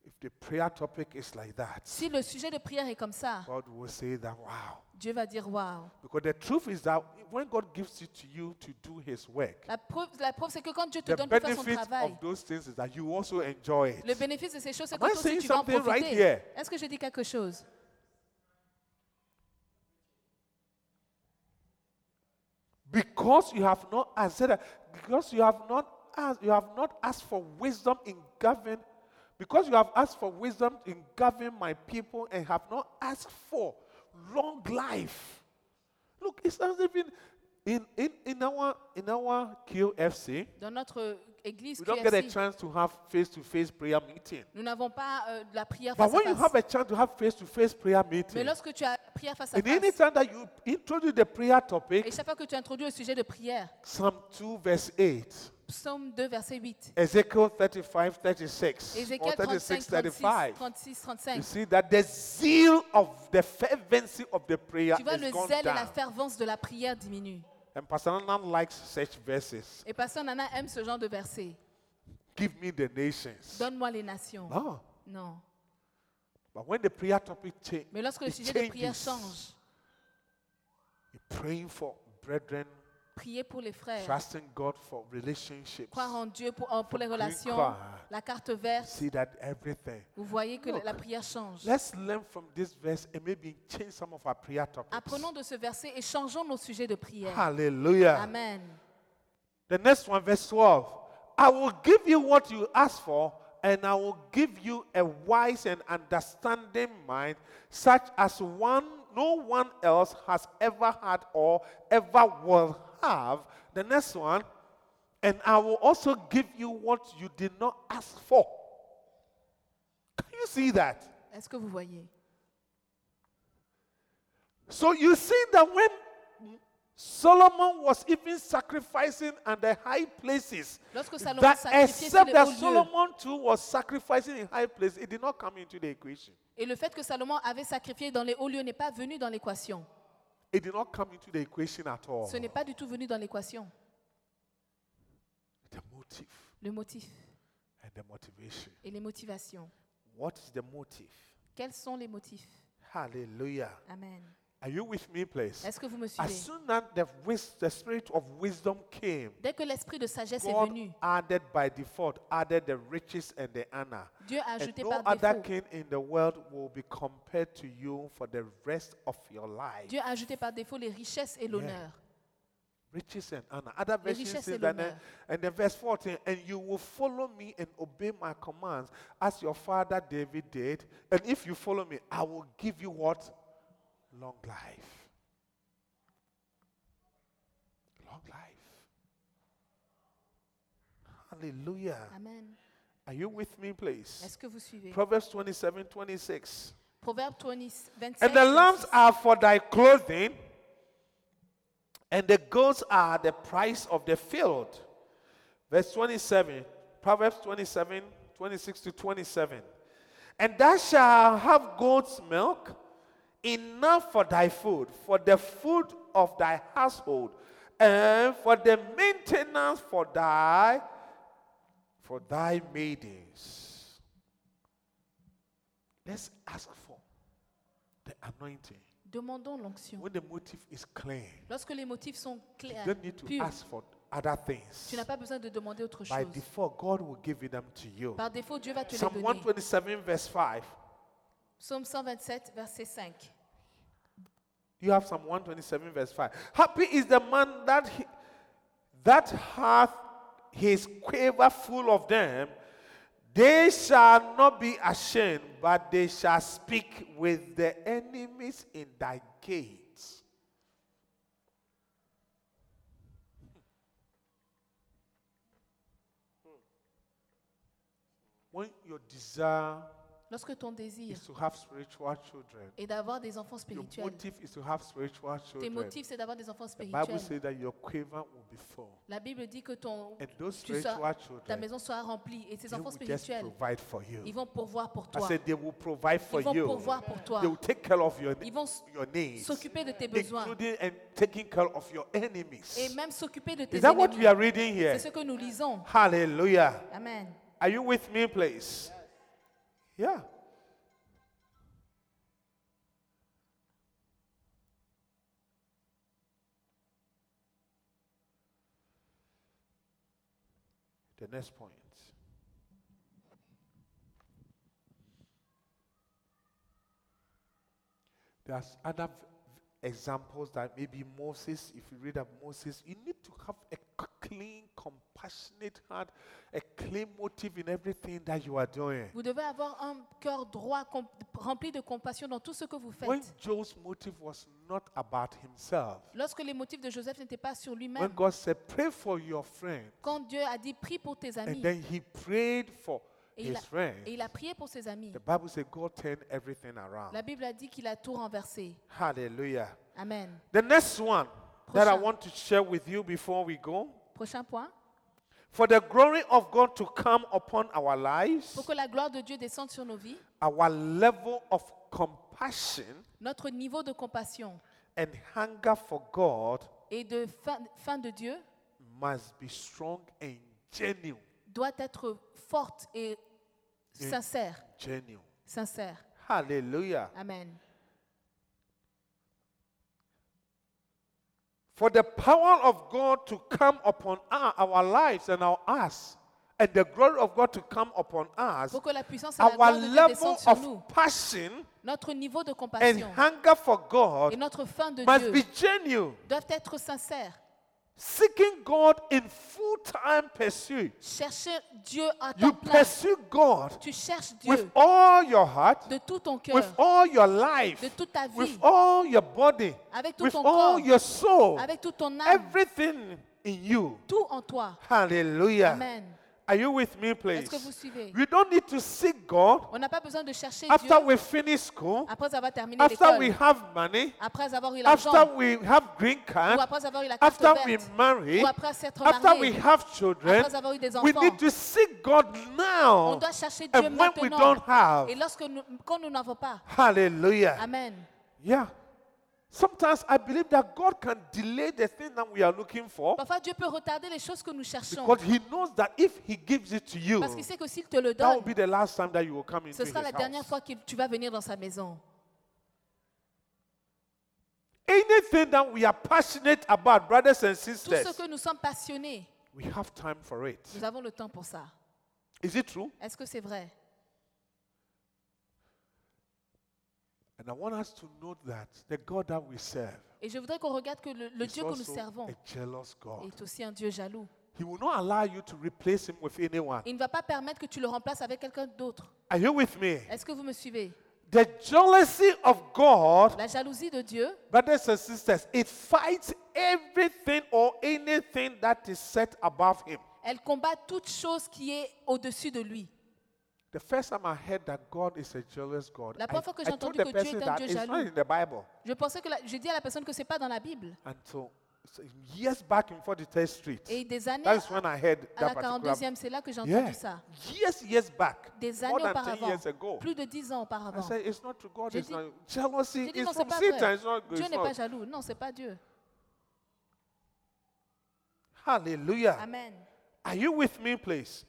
B: If the prayer topic is like that,
D: Si le sujet de prière est comme ça,
B: God will say that, wow.
D: Dieu va dire Waouh.
B: Because the truth is that when God gives it to you to do His work,
D: La preuve, la preuve c'est que quand Dieu te
B: the
D: donne pour faire son
B: benefit
D: travail,
B: of those things is that you also enjoy
D: le
B: it.
D: bénéfice de ces choses, c'est
B: Am
D: que
B: I
D: toi aussi
B: saying
D: tu vas en
B: something right
D: profiter.
B: here?
D: Est-ce que je dis quelque chose
B: Because you have not asked, said that, because you have not asked, you have not asked for wisdom in govern, because you have asked for wisdom in govern my people and have not asked for long life. Look, it's not even in, in, in our in our QFC,
D: Dans notre euh, église,
B: we don't get a
D: QFC,
B: chance to have face-to-face prayer meeting.
D: nous n'avons pas euh, de la prière
B: But
D: face
B: when you
D: à
B: have
D: face.
B: a chance to have face-to-face prayer
D: Mais
B: meeting,
D: lorsque tu as la prière face à
B: and any
D: face,
B: time that you introduce the prayer
D: et
B: topic,
D: chaque fois que tu introduis le sujet de prière,
B: Psalm 2, verse 8.
D: Psaume 2, verset 8.
B: Ezekiel 35, 36, or
D: Ézéchiel
B: 36, 35.
D: 35, 36, 36,
B: You
D: 35.
B: see that the zeal of the fervency of the prayer
D: Tu vois, le
B: is gone
D: zèle et la
B: down.
D: fervence de la prière diminue.
B: And Pastor Nana likes such verses.
D: Et Pasteur Nana aime ce genre de verset.
B: Give me the nations.
D: Donne-moi les nations.
B: No.
D: Non.
B: But when the prayer topic changes,
D: Mais lorsque le sujet de prière change,
B: praying for brethren,
D: prier pour les frères,
B: trusting God for relationships,
D: croire en Dieu pour, en- pour les relations,
B: croire.
D: la carte verte,
B: see that everything.
D: vous voyez que
B: Look.
D: la prière change.
B: Let's learn from this verse and maybe change some of our prayer topics.
D: Apprenons de ce verset et changeons nos sujets de
B: Ah.
D: prière.
B: Hallelujah.
D: Amen.
B: The next one, verse 12. I will give you what you ask for, and I will give you a wise and understanding mind, such as one no one else has ever had or ever will have. The next one, and I will also give you what you did not ask for. Can you see that?
D: Est-ce que vous voyez
B: So you see that when Solomon was even sacrificing at the high places,
D: Lorsque Salomon
B: that
D: sacrifiait sur
B: except
D: les
B: that
D: hauts lieux.
B: Solomon too was sacrificing in high places, it did not come into the equation.
D: Et le fait que Salomon avait sacrifié dans les hauts lieux n'est pas venu dans l'équation.
B: It did not come into the equation at all.
D: Ce n'est pas du tout venu dans l'équation.
B: The motive
D: Le motif
B: and the motivation.
D: et les motivations.
B: What is the motive?
D: Quels sont les motifs
B: Hallelujah.
D: Amen.
B: Are you with me, please?
D: Est-ce que vous me
B: As
D: suivez
B: soon as the, wis- the spirit of wisdom came,
D: Dès que l'esprit de sagesse est
B: God
D: venu,
B: added by default, added the riches and the honor.
D: Dieu a
B: And
D: ajouté
B: no
D: par
B: other
D: défaut.
B: king in the world will be compared to you for the rest of your life.
D: Dieu a ajouté par défaut les richesses et l'honneur.
B: Riches and honor. Other versions
D: richesses
B: say
D: et
B: that, eh,
D: l'honneur.
B: and then verse 14, and you will follow me and obey my commands as your father David did. And if you follow me, I will give you what? Long life. Long life. Hallelujah.
D: Amen.
B: Are you with me, please?
D: Est-ce que vous suivez
B: Proverbs 27 26.
D: Proverbe 20, 27.
B: And the lambs
D: 26.
B: are for thy clothing, and the goats are the price of the field. Verse 27, Proverbs 27, 26 to 27. And thou shalt have goat's milk, enough for thy food, for the food of thy household, and for the maintenance for thy for thy maidens. Let's ask for the anointing.
D: Demandons l'onction.
B: When the motive is clean,
D: Lorsque les motifs sont
B: you
D: clairs,
B: don't need to
D: purs,
B: ask for other things.
D: tu n'as pas besoin de demander autre
B: By
D: chose.
B: default, God will give it them to you.
D: Par défaut, Dieu va te
B: Psalm
D: les donner.
B: 127, verse 5.
D: Psaume 127, verset 5.
B: You have Psalm 127, verse 5. Happy is the man that he, that hath his quiver full of them. They shall not be ashamed, but they shall speak with the enemies in thy gates. When your desire
D: Lorsque ton désir
B: is to have spiritual children,
D: est d'avoir des enfants
B: your
D: spirituels,
B: motive is to have spiritual
D: tes
B: children.
D: motifs, c'est d'avoir des enfants
B: The Bible
D: spirituels.
B: says that your quiver will be full.
D: La Bible dit que ton,
B: And those
D: tu sois-
B: spiritual children,
D: ta maison sera remplie et ces
B: They
D: enfants
B: will just
D: spirituels,
B: provide for
D: ils
B: you.
D: vont pourvoir pour
B: I
D: toi.
B: said they will provide for
D: Ils vont
B: you.
D: pourvoir pour toi.
B: They will take care of your,
D: Ils vont s-
B: your needs,
D: S'occuper de tes besoins
B: including and taking care of your
D: et
B: enemies.
D: même s'occuper de tes
B: Is that what
D: ennemis.
B: we are reading here?
D: C'est ce que nous lisons.
B: Hallelujah.
D: Amen.
B: Are you with me, please? Yeah. The next point. There's other v- examples that maybe Moses, if you read of Moses, you need to have a c- clean, compassionate heart, a clean motive in everything that you are doing.
D: Vous devez avoir un cœur droit, com- rempli de compassion dans tout ce que vous
B: When
D: faites.
B: Joe's motive was not about himself,
D: Lorsque les motifs de Joseph n'étaient pas sur
B: when
D: lui-même,
B: God said, Pray for your friend,
D: quand Dieu a dit prie pour tes amis,
B: and then he prayed for
D: et il,
B: his
D: a, et
B: friend,
D: il a prié pour ses amis,
B: the Bible said God turned everything
D: la
B: around.
D: Bible a dit qu'il a tout renversé.
B: Hallelujah.
D: Amen.
B: The next one that I
D: Prochain.
B: want to share with you before we go
D: Prochain point.
B: For the glory of God to come upon our lives,
D: Pour que la gloire de Dieu descende sur nos vies,
B: our level of compassion
D: notre niveau de compassion
B: and hunger for God
D: et de fin, fin de Dieu
B: must be strong and genuine.
D: doit être forte et
B: Et-
D: sincère.
B: Genuine.
D: Sincère.
B: Hallelujah.
D: Amen.
B: For the power of God to come upon our, our lives and our us, and the glory of God to come upon us,
D: Pour que la puissance et la
B: our
D: gloire de Dieu
B: level
D: descendent sur nous,
B: of passion
D: notre niveau de
B: and
D: compassion
B: hunger for
D: et
B: God
D: notre fin de
B: must be
D: Dieu
B: genuine.
D: doivent être sincères.
B: Seeking God in full time pursuit.
D: Chercher Dieu à
B: You
D: temps plein.
B: pursue God
D: Tu cherches
B: with
D: Dieu
B: all your heart,
D: de tout ton
B: with
D: cœur,
B: all your life,
D: de toute ta
B: with
D: vie,
B: all your body,
D: avec tout
B: with
D: ton
B: all
D: corps,
B: your soul,
D: avec toute ton âme,
B: everything in you.
D: tout en toi.
B: Hallelujah.
D: Amen.
B: Are you with me, please?
D: que vous suivez?
B: We don't need to seek God
D: On n'a pas besoin de chercher Dieu
B: after we finish school,
D: après avoir terminé
B: after we
D: l'école,
B: have money,
D: après avoir eu
B: after
D: l'argent,
B: we have green card,
D: ou après avoir eu la carte
B: after we
D: verte,
B: marry,
D: ou après s'être
B: after we
D: marié.
B: have children.
D: après avoir eu des
B: We
D: enfants.
B: need to seek God
D: On
B: now.
D: doit chercher Dieu
B: And when we don't
D: maintenant.
B: have,
D: Et lorsque nous, quand nous n'avons pas,
B: hallelujah.
D: Amen.
B: Yeah. Sometimes I believe that God can delay the thing that we are looking for
D: Parfois, Dieu peut retarder les choses que nous cherchons.
B: because He knows that if He gives it to you,
D: Parce qu'il sait que s'il te le
B: that will
D: donne,
B: be the last time that you will come into
D: ce
B: His
D: sera la dernière
B: house.
D: fois que tu vas venir dans sa maison.
B: Anything that we are passionate about, brothers and
D: Tout ce
B: sisters,
D: que nous sommes passionnés,
B: we have time for it.
D: nous avons le temps pour ça.
B: Is it true?
D: Est-ce que c'est vrai?
B: And I want us to note that the God that we serve
D: Et je voudrais qu'on regarde que le, le
B: is
D: Dieu que nous
B: also
D: servons
B: a jealous God.
D: est aussi un Dieu jaloux.
B: He will not allow you to replace Him with anyone.
D: Il ne va pas permettre que tu le remplaces avec quelqu'un d'autre.
B: Are you with me?
D: Est-ce que vous me suivez?
B: The jealousy of God
D: La jalousie de Dieu,
B: Brothers and sisters, it fights everything or anything that is set above him.
D: elle combat toute chose qui est au-dessus de lui.
B: The first time I heard that God is a jealous God,
D: La
B: I,
D: première fois que
B: I
D: j'ai
B: told
D: entendu
B: the
D: que Dieu
B: person
D: est un
B: that
D: Dieu
B: it's not
D: jaloux.
B: in the Bible.
D: Je pensais que la- j'ai dit à la personne que c'est pas dans la Bible.
B: And so, so years back in 43rd Street,
D: Et des années
B: that's when I heard
D: à la
B: that particular.
D: 42e, c'est là que j'ai entendu
B: Yeah,
D: ça.
B: years, years back,
D: Des
B: more
D: années
B: than 10
D: auparavant,
B: years ago.
D: plus de 10 ans
B: I
D: auparavant.
B: said, it's not true. God
D: J'ai
B: is
D: dit-
B: not. Jealousy
D: J'ai dit
B: is
D: non, c'est
B: from
D: pas
B: Satan. It's
D: vrai.
B: not good.
D: Dieu
B: It's
D: n'est pas
B: not.
D: jaloux. Non, c'est pas Dieu.
B: Hallelujah.
D: Amen.
B: Are you with me, please?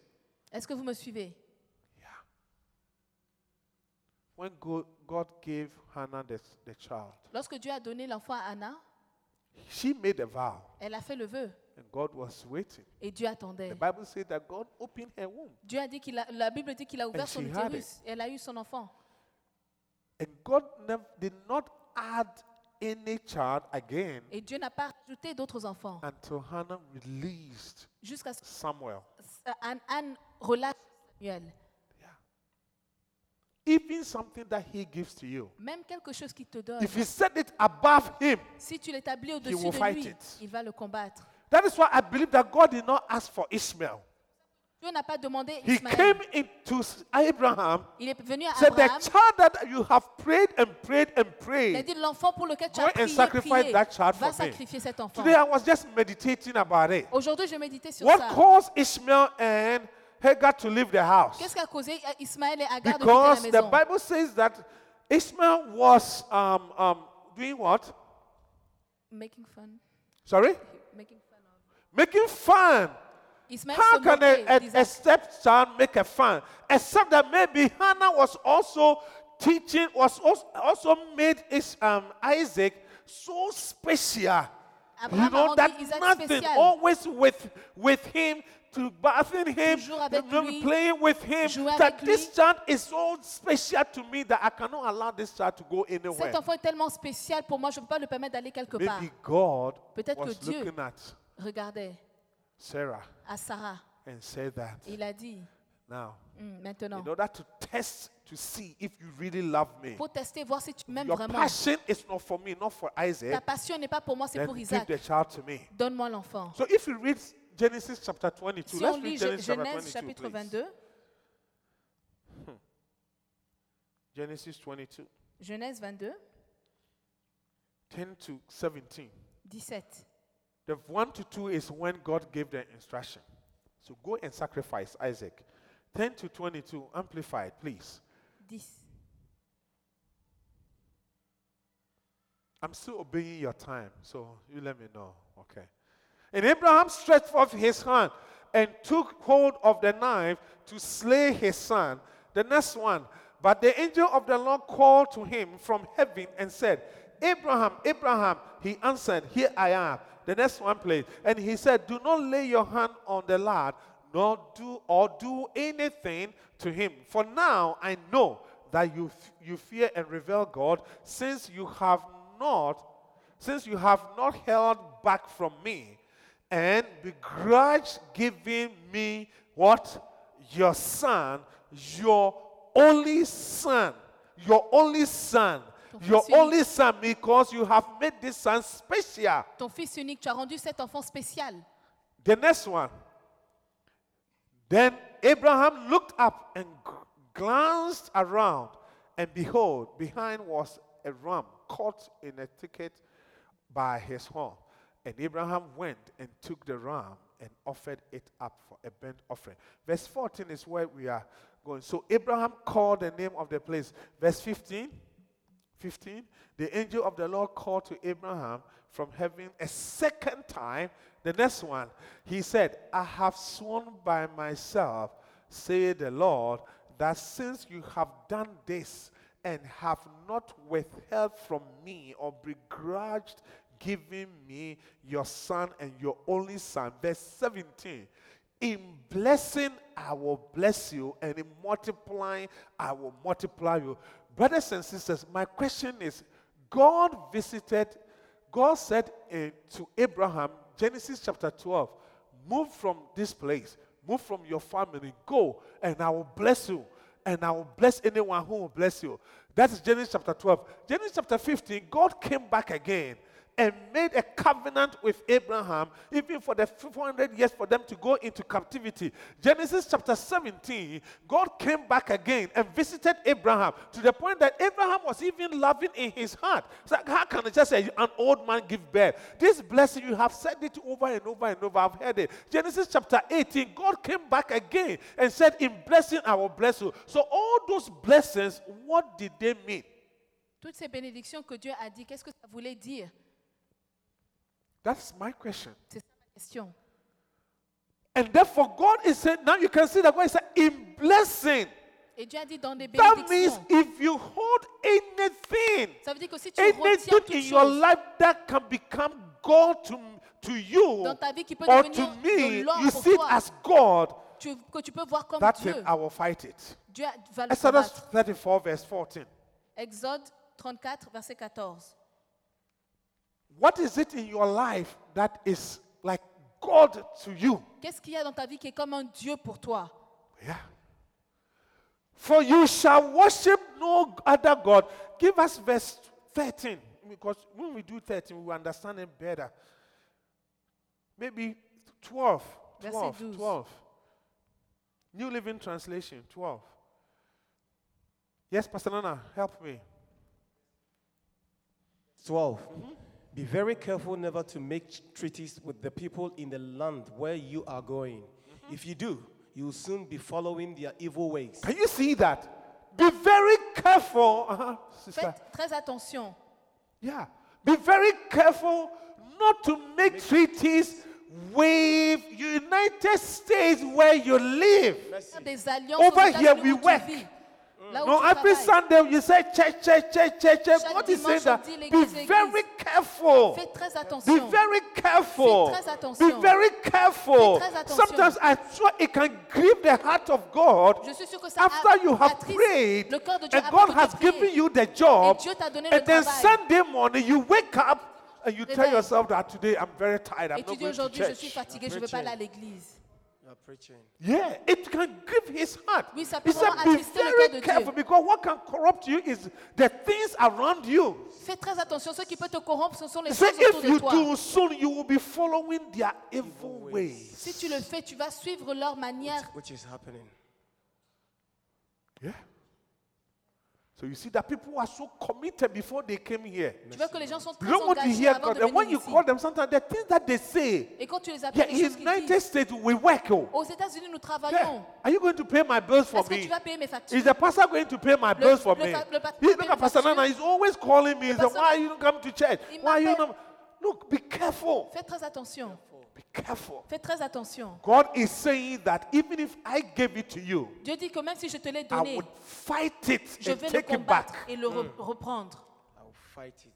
D: Est-ce que vous me suivez
B: When God, God gave Hannah the, the child,
D: Lorsque Dieu a donné l'enfant à Anna,
B: she made a vow.
D: elle a fait le vœu
B: And God was waiting.
D: et Dieu attendait.
B: The Bible says that God opened her womb.
D: Dieu a dit qu'il a, la Bible dit qu'il a ouvert son
B: she had
D: utérus et elle a eu son enfant.
B: And God nev- did not add any child again
D: Et Dieu n'a pas ajouté d'autres enfants
B: until Hannah released
D: jusqu'à ce que
B: Samuel.
D: Anne, Anne relâche Samuel.
B: even something that He gives to you,
D: Même quelque chose qu'il te donne,
B: if you set it above Him,
D: si tu l'établis au-dessus
B: will
D: de
B: fight
D: lui,
B: it.
D: il va le combattre.
B: that is why I believe that God did not ask for Ishmael.
D: Dieu n'a pas demandé
B: He
D: Ismaël.
B: came into Abraham,
D: Il est venu à
B: said, The
D: Abraham.
B: child that you have prayed and prayed and
D: Il a
B: prayed.
D: dit l'enfant pour lequel tu
B: Go
D: as
B: and
D: prié,
B: sacrifice
D: prié,
B: that child for
D: va
B: me.
D: sacrifier cet enfant.
B: Today I was just meditating about it.
D: Aujourd'hui, je méditais sur
B: What
D: ça.
B: caused Ishmael and Hagar to leave the house?
D: Qu'est-ce qui a causé Ismaël et Agar de quitter la
B: Because the
D: maison
B: Bible says that Ishmael was um, um, doing what?
D: Making fun.
B: Sorry?
D: Making fun of-
B: Making fun.
D: Ismaël
B: How
D: se
B: can
D: moquait
B: a, a, a
D: d'Isaac.
B: stepchild make a fun? Except that maybe Hannah was also teaching, was also, also made is, um, Isaac so special. you
D: Abraham a
B: know
D: rendu
B: that
D: Isaac
B: nothing
D: spécial.
B: always with with him to bathing him,
D: Toujours avec
B: you know,
D: lui,
B: playing with him.
D: jouer
B: That
D: avec
B: this
D: lui.
B: child is so special to me that I cannot allow this child to go anywhere.
D: Cet enfant est tellement spécial pour moi, je ne peux pas le permettre d'aller quelque part.
B: Maybe God
D: Peut-être que
B: was
D: Dieu-
B: looking at
D: Regardez
B: Sarah
D: à Sarah.
B: and said that
D: Il a dit,
B: now.
D: Hum, maintenant,
B: in order to test to see if you really love me.
D: pour tester, voir si tu m'aimes
B: Your
D: vraiment.
B: passion is not for me, not for
D: Ta
B: Isaac.
D: passion n'est pas pour moi, c'est
B: Then
D: pour
B: give
D: Isaac.
B: the child to me.
D: Donne-moi l'enfant.
B: So if you read Genesis chapter 22,
D: Si on
B: let's
D: lit
B: read
D: Gen-
B: Genesis chapter
D: Genèse
B: 22.
D: chapitre
B: please.
D: 22,
B: Genesis 22,
D: Genèse 22,
B: 10 to 17.
D: 17.
B: The 1 to 2 is when God gave the instruction. So go and sacrifice Isaac. 10 to 22, amplified, please.
D: 10.
B: I'm still obeying your time, so you let me know. Okay. And Abraham stretched forth his hand and took hold of the knife to slay his son. The next one. But the angel of the Lord called to him from heaven and said, Abraham, Abraham. He answered, Here I am. The next one, please. And he said, Do not lay your hand on the lad, nor do or do anything to him. For now I know that you, f- you fear and revere God, since you have not, since you have not held back from me, and begrudge giving me what your son, your only son, your only son,
D: Ton
B: your
D: fils unique.
B: only son, because you have made this son special.
D: Ton fils unique, tu as rendu cet enfant spécial.
B: The next one. Then Abraham looked up and g- glanced around, and behold, behind was a ram caught in a thicket by his horn. And Abraham went and took the ram and offered it up for a burnt offering. Verse 14 is where we are going. So Abraham called the name of the place. Verse 15. 15 the angel of the lord called to abraham from heaven a second time the next one he said i have sworn by myself say the lord that since you have done this and have not withheld from me or begrudged giving me your son and your only son verse 17 in blessing, I will bless you, and in multiplying, I will multiply you. Brothers and sisters, my question is God visited, God said eh, to Abraham, Genesis chapter 12, move from this place, move from your family, go, and I will bless you, and I will bless anyone who will bless you. That is Genesis chapter 12. Genesis chapter 15, God came back again and made a covenant with Abraham, even for the 400 years for them to go into captivity. Genesis chapter 17, God came back again and visited Abraham to the point that Abraham was even loving in his heart. It's like, how can just say an old man give birth? This blessing, you have said it over and over and over. I've heard it. Genesis chapter 18, God came back again and said, In blessing, I will bless you. So, all those blessings, what did they mean?
D: Toutes ces bénédictions que Dieu a dit, qu'est-ce que ça voulait dire
B: That's my question.
D: C'est ça ma question.
B: And therefore, God is saying, now you can see that God is saying, in blessing.
D: Et Dieu a dit dans des
B: That means
D: bénédictions.
B: if you hold anything,
D: Ça veut dire que si tu retiens
B: anything
D: toute
B: in your
D: chose
B: life that can become God to, to you
D: dans ta vie qui peut
B: or
D: devenir
B: to me,
D: de l'or
B: you
D: pour
B: see it
D: toi,
B: as God,
D: tu- que tu peux voir comme
B: that
D: Dieu,
B: thing I will fight it.
D: Dieu va le
B: Exodus
D: combattre.
B: 34, verse 14.
D: Exode 34, verset 14.
B: What is it in your life that is like God to you?
D: Qu'est-ce qu'il y a dans ta vie qui est comme un Dieu pour toi
B: Yeah. For you shall worship no other God. Give us verse 13. Because when we do 13, we will understand it better. Maybe 12.
D: Verset
B: 12.
D: 12.
B: 12. New Living Translation 12. Yes, Pastor Nana, help me.
E: 12. Be very careful never to make ch- treaties with the people in the land where you are going. If you do, you will soon be following their evil ways.
B: Can you see that? Be very careful. Uh-huh, sister.
D: Faites très attention.
B: Yeah. Be very careful not to make treaties with United States where you live.
D: Faire Des alliances
B: Over
D: aux
B: here
D: États-Unis
B: we
D: où tu
B: work.
D: vis, là où
B: No,
D: tu
B: every
D: travailles.
B: Sunday you say church, church, church, church, church.
D: Chaque
B: What is saying
D: dimanche,
B: that?
D: on dit
B: Be
D: l'église,
B: very
D: l'église.
B: careful.
D: Faites très
B: Be
D: attention.
B: very careful.
D: Faites très
B: Be
D: attention.
B: very careful.
D: Faites très attention.
B: Sometimes I swear it can grieve the heart of God
D: Je suis sûr que ça a-
B: after you have
D: attriste
B: prayed
D: le cœur de Dieu
B: and
D: après
B: God
D: que
B: has
D: tu aies prié.
B: given you the job.
D: Et Dieu t'a donné le
B: And then
D: travail.
B: Sunday morning you wake up and you tell
D: Réveille.
B: yourself that today I'm very tired. I'm
D: Et tu
B: not going
D: dis
B: to
D: aujourd'hui, je suis
B: church.
D: fatigué, je ne veux pas aller à l'église.
E: You are preaching.
B: Yeah, it can grieve his heart.
D: Oui, ça
B: he
D: peut
B: said,
D: vraiment
B: be
D: attrister le cœur
B: very
D: de Dieu.
B: careful because what can corrupt you is the things around you.
D: Fais très attention. Ce qui peut te corrompre, ce sont les
B: He
D: choses
B: said,
D: autour
B: if
D: de
B: you
D: toi.
B: do, soon you will be following their evil ways.
D: Si tu le fais, tu vas suivre leur manière.
E: Which is happening.
B: Yeah. So you see that people are so committed before they came here.
D: Tu vois que les gens sont
B: You
D: très
B: don't want to
D: engagés
B: hear
D: avant
B: God.
D: de
B: And when you
D: venir ici.
B: call them, sometimes the things that they say,
D: Et quand tu les
B: yeah,
D: appelles, les choses
B: in
D: qu'ils
B: United
D: disent,
B: States we work. oh.
D: aux États-Unis, nous
B: Yeah.
D: travaillons.
B: Are you going to pay my bills for
D: Est-ce que tu
B: me?
D: vas payer mes
B: Is
D: factures
B: the pastor going to pay my bills for
D: le
B: me?
D: fa- le pa-
B: He's
D: pay
B: not a
D: the
B: pastor Nana.
D: facture?
B: He's always calling me. He said,
D: pastor-
B: Why you don't come to church?
D: Il
B: Why you
D: m'appelle.
B: don't? Look, be careful.
D: Fais très attention.
B: Be careful.
D: Fais très attention.
B: God is saying that even if I gave it to you,
D: Dieu dit que même si je te l'ai
B: I
D: donné,
B: would fight it
D: je
B: and
D: vais le
B: take it
D: combattre
B: back. Mm.
D: et le re- reprendre.
E: I will fight it.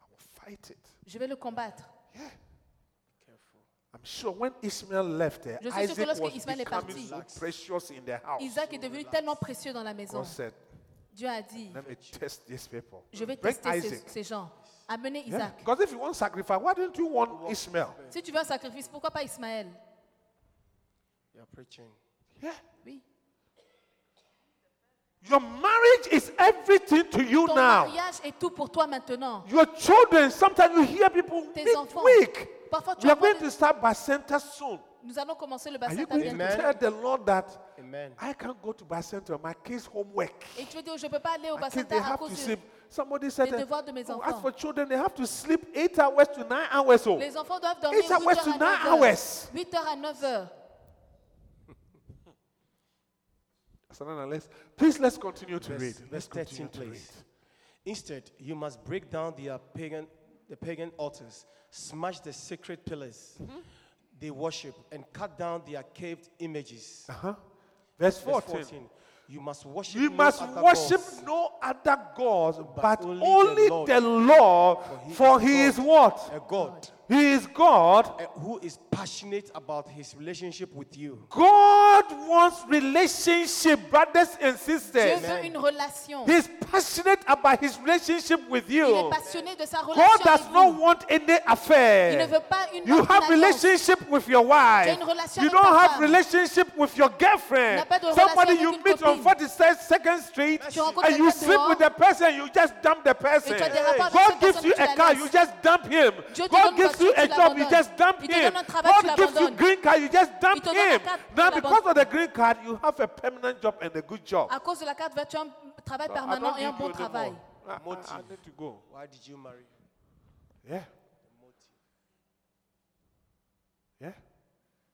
B: I will fight it.
D: Je vais le combattre.
B: I'm sure when Ishmael left there,
D: Je suis sûr que
B: Isaac
D: lorsque
B: was
D: Ishmaël est
B: becoming
D: parti,
B: so precious in the house.
D: Isaac est devenu tellement précieux dans la maison.
B: God said,
D: Dieu a dit,
B: let me test these people.
D: je vais
B: Bring
D: tester ces,
B: Isaac.
D: ces gens. Amenez
B: Yeah.
D: Isaac.
B: Because if you want sacrifice, why don't you want Ishmael?
D: Si tu veux un sacrifice, pourquoi pas Ismaël
E: You are preaching.
B: Yeah.
D: Oui.
B: Your marriage is everything to you
D: Ton
B: now.
D: mariage est tout pour toi maintenant.
B: Your children, sometimes you hear people
D: Tes enfants.
B: week.
D: Parfois, tu
B: We are
D: entends
B: going
D: des-
B: to start by center soon.
D: Nous allons commencer le
B: Are
D: bassin
B: you going to
D: bientôt.
B: tell the Lord that
E: Amen.
B: I can't go to Basenta? My kids' homework.
D: Et tu veux dire, je ne peux pas aller au
B: My
D: bassin
B: kids, they
D: à
B: have to
D: cause de...
B: sleep. Somebody said,
D: des
B: that,
D: devoirs de mes
B: oh, as
D: enfants.
B: for children, they have to sleep eight hours to nine hours. Oh.
D: Les enfants doivent dormir
B: Eight hours
D: 8
B: to
D: heures à 9
B: nine
D: heures.
B: hours.
D: 8 heures à 9 heures.
B: So, no, no, let's- please let's continue to read.
E: Verse,
B: Let's
E: verse 13,
B: continue to read.
E: please. Instead, you must break down their pagan, the pagan altars, smash the sacred pillars they worship, and cut down their caved images.
B: Uh-huh. Verse
E: Verse
B: 14.
E: 14. You must worship.
B: You
E: no
B: must
E: other
B: worship
E: gods.
B: no other gods but,
E: only
B: only
E: the Lord.
B: the Lord, for he is
E: God,
B: what?
E: A God
B: He is God.
E: uh, who is passionate about his relationship with you.
B: God wants relationship, brothers and
D: Dieu
B: sisters.
D: veut une relation.
B: He's passionate about his relationship with
D: Il est
B: you.
D: passionné de sa relation
B: Oh. God does
D: avec
B: not
D: vous.
B: want any
D: Il ne
B: affair.
D: veut pas une
B: You have
D: ordonnance.
B: relationship with your wife.
D: Tu as une relation
B: You
D: avec
B: don't
D: ta
B: have
D: femme.
B: relationship with your
D: Tu
B: girlfriend.
D: n'as pas de relation
B: Somebody
D: avec
B: you
D: une
B: meet on
D: copine.
B: 42nd Street
D: Tu rencontres
B: and you
D: quelqu'un
B: sleep
D: dehors.
B: with the person, you just dump the person.
D: Et tu as des rapports avec
B: God
D: cette
B: gives
D: personne
B: you
D: que tu
B: a car,
D: la
B: you
D: laisses.
B: just dump him.
D: Dieu
B: God
D: te donne une
B: gives you a
D: voiture, tu
B: job, you
D: l'abandonnes.
B: just dump
D: Il te
B: him.
D: donne un travail, tu
B: God gives you
D: l'abandonnes.
B: green card, you just dump
D: Il te donne un
B: him.
D: cadre, tu
B: Now
D: l'abandonnes.
B: because of the green card, you have a permanent job and a good job.
D: À cause de la carte, tu as un travail
B: I don't
D: permanent et
B: need
D: un
B: you
D: bon
B: anymore.
D: travail.
B: I- I- I
E: Motive.
B: need to go.
E: Why did you marry?
B: Yeah. Yeah.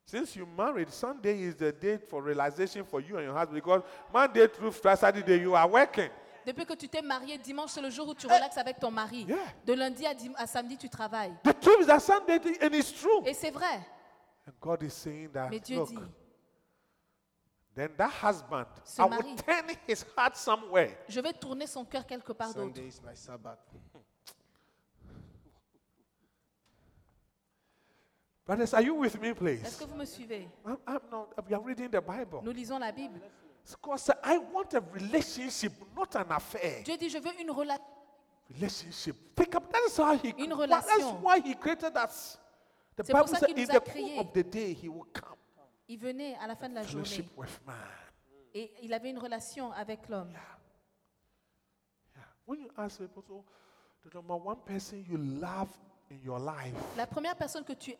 B: Since you married, Sunday is the day for realization for you and your husband because Monday through Friday, Saturday, you are working.
D: Depuis que tu t'es marié, dimanche, c'est le jour où tu relaxes avec ton mari.
B: Eh. Yeah.
D: De lundi à, dim- à samedi, tu travailles.
B: The truth is that Sunday, th- and it's true.
D: Et c'est vrai.
B: And God is saying that,
D: Mais Dieu
B: look,
D: dit,
B: then that husband,
D: Ce
B: I will
D: mari-
B: turn his heart somewhere.
D: je vais tourner son cœur quelque part d'autre.
E: Sunday is my Sabbath.
B: Brothers, are you with me,
D: Est-ce
B: please?
D: que vous me suivez
B: I'm, I'm not, we are reading the Bible.
D: Nous lisons la Bible.
B: God said, I want a relationship, not an affair.
D: Dieu dit, je veux une relation.
B: Relationship. Think up. That is how he.
D: Une
B: why- That's
D: relation.
B: why he created us. The
D: C'est
B: Bible
D: pour ça
B: says,
D: qu'il
B: in
D: nous a
B: the cool
D: créés.
B: of the day, he will come.
D: Il venait à la fin de la journée.
B: Fellowship with man.
D: Et il avait une relation avec l'homme.
B: Yeah. When you ask people, so the number one person you love in your life,
D: La première personne que tu aimes,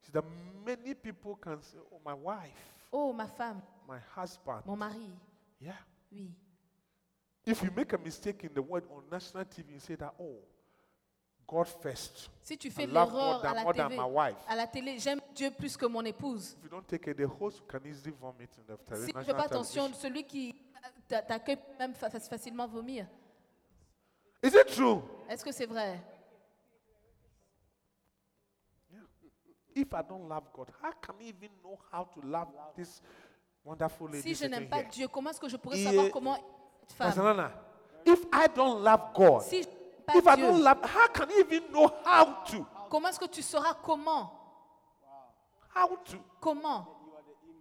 B: see that many people can say, oh, my wife,
D: oh ma femme,
B: my husband.
D: mon mari,
B: Yeah.
D: oui.
B: If you make a mistake in the word on national TV, you say that, oh, God first.
D: Si tu fais
B: I
D: de
B: love more
D: l'erreur
B: than-
D: à la
B: more than
D: TV,
B: my wife.
D: à la télé, j'aime Dieu plus que mon épouse.
B: If you don't take it, the host can easily vomit in the tele-
D: Si tu ne fais
B: national
D: pas attention,
B: television.
D: celui qui t'a- t'accueille peut même fa- fa- facilement vomir.
B: Is it true?
D: Est-ce que c'est vrai
B: If I don't love God, how can I even know how to love this wonderful lady?
D: Si je
B: sitting
D: n'aime pas
B: here?
D: Dieu, comment est-ce que je pourrais
B: Et-
D: savoir comment être
B: Pastor
D: femme
B: Nana, if I don't love God,
D: Si je n'aime
B: if
D: pas
B: I don't
D: Dieu,
B: love, how can I even know how to?
D: comment est-ce que tu sauras comment
B: How to?
D: Comment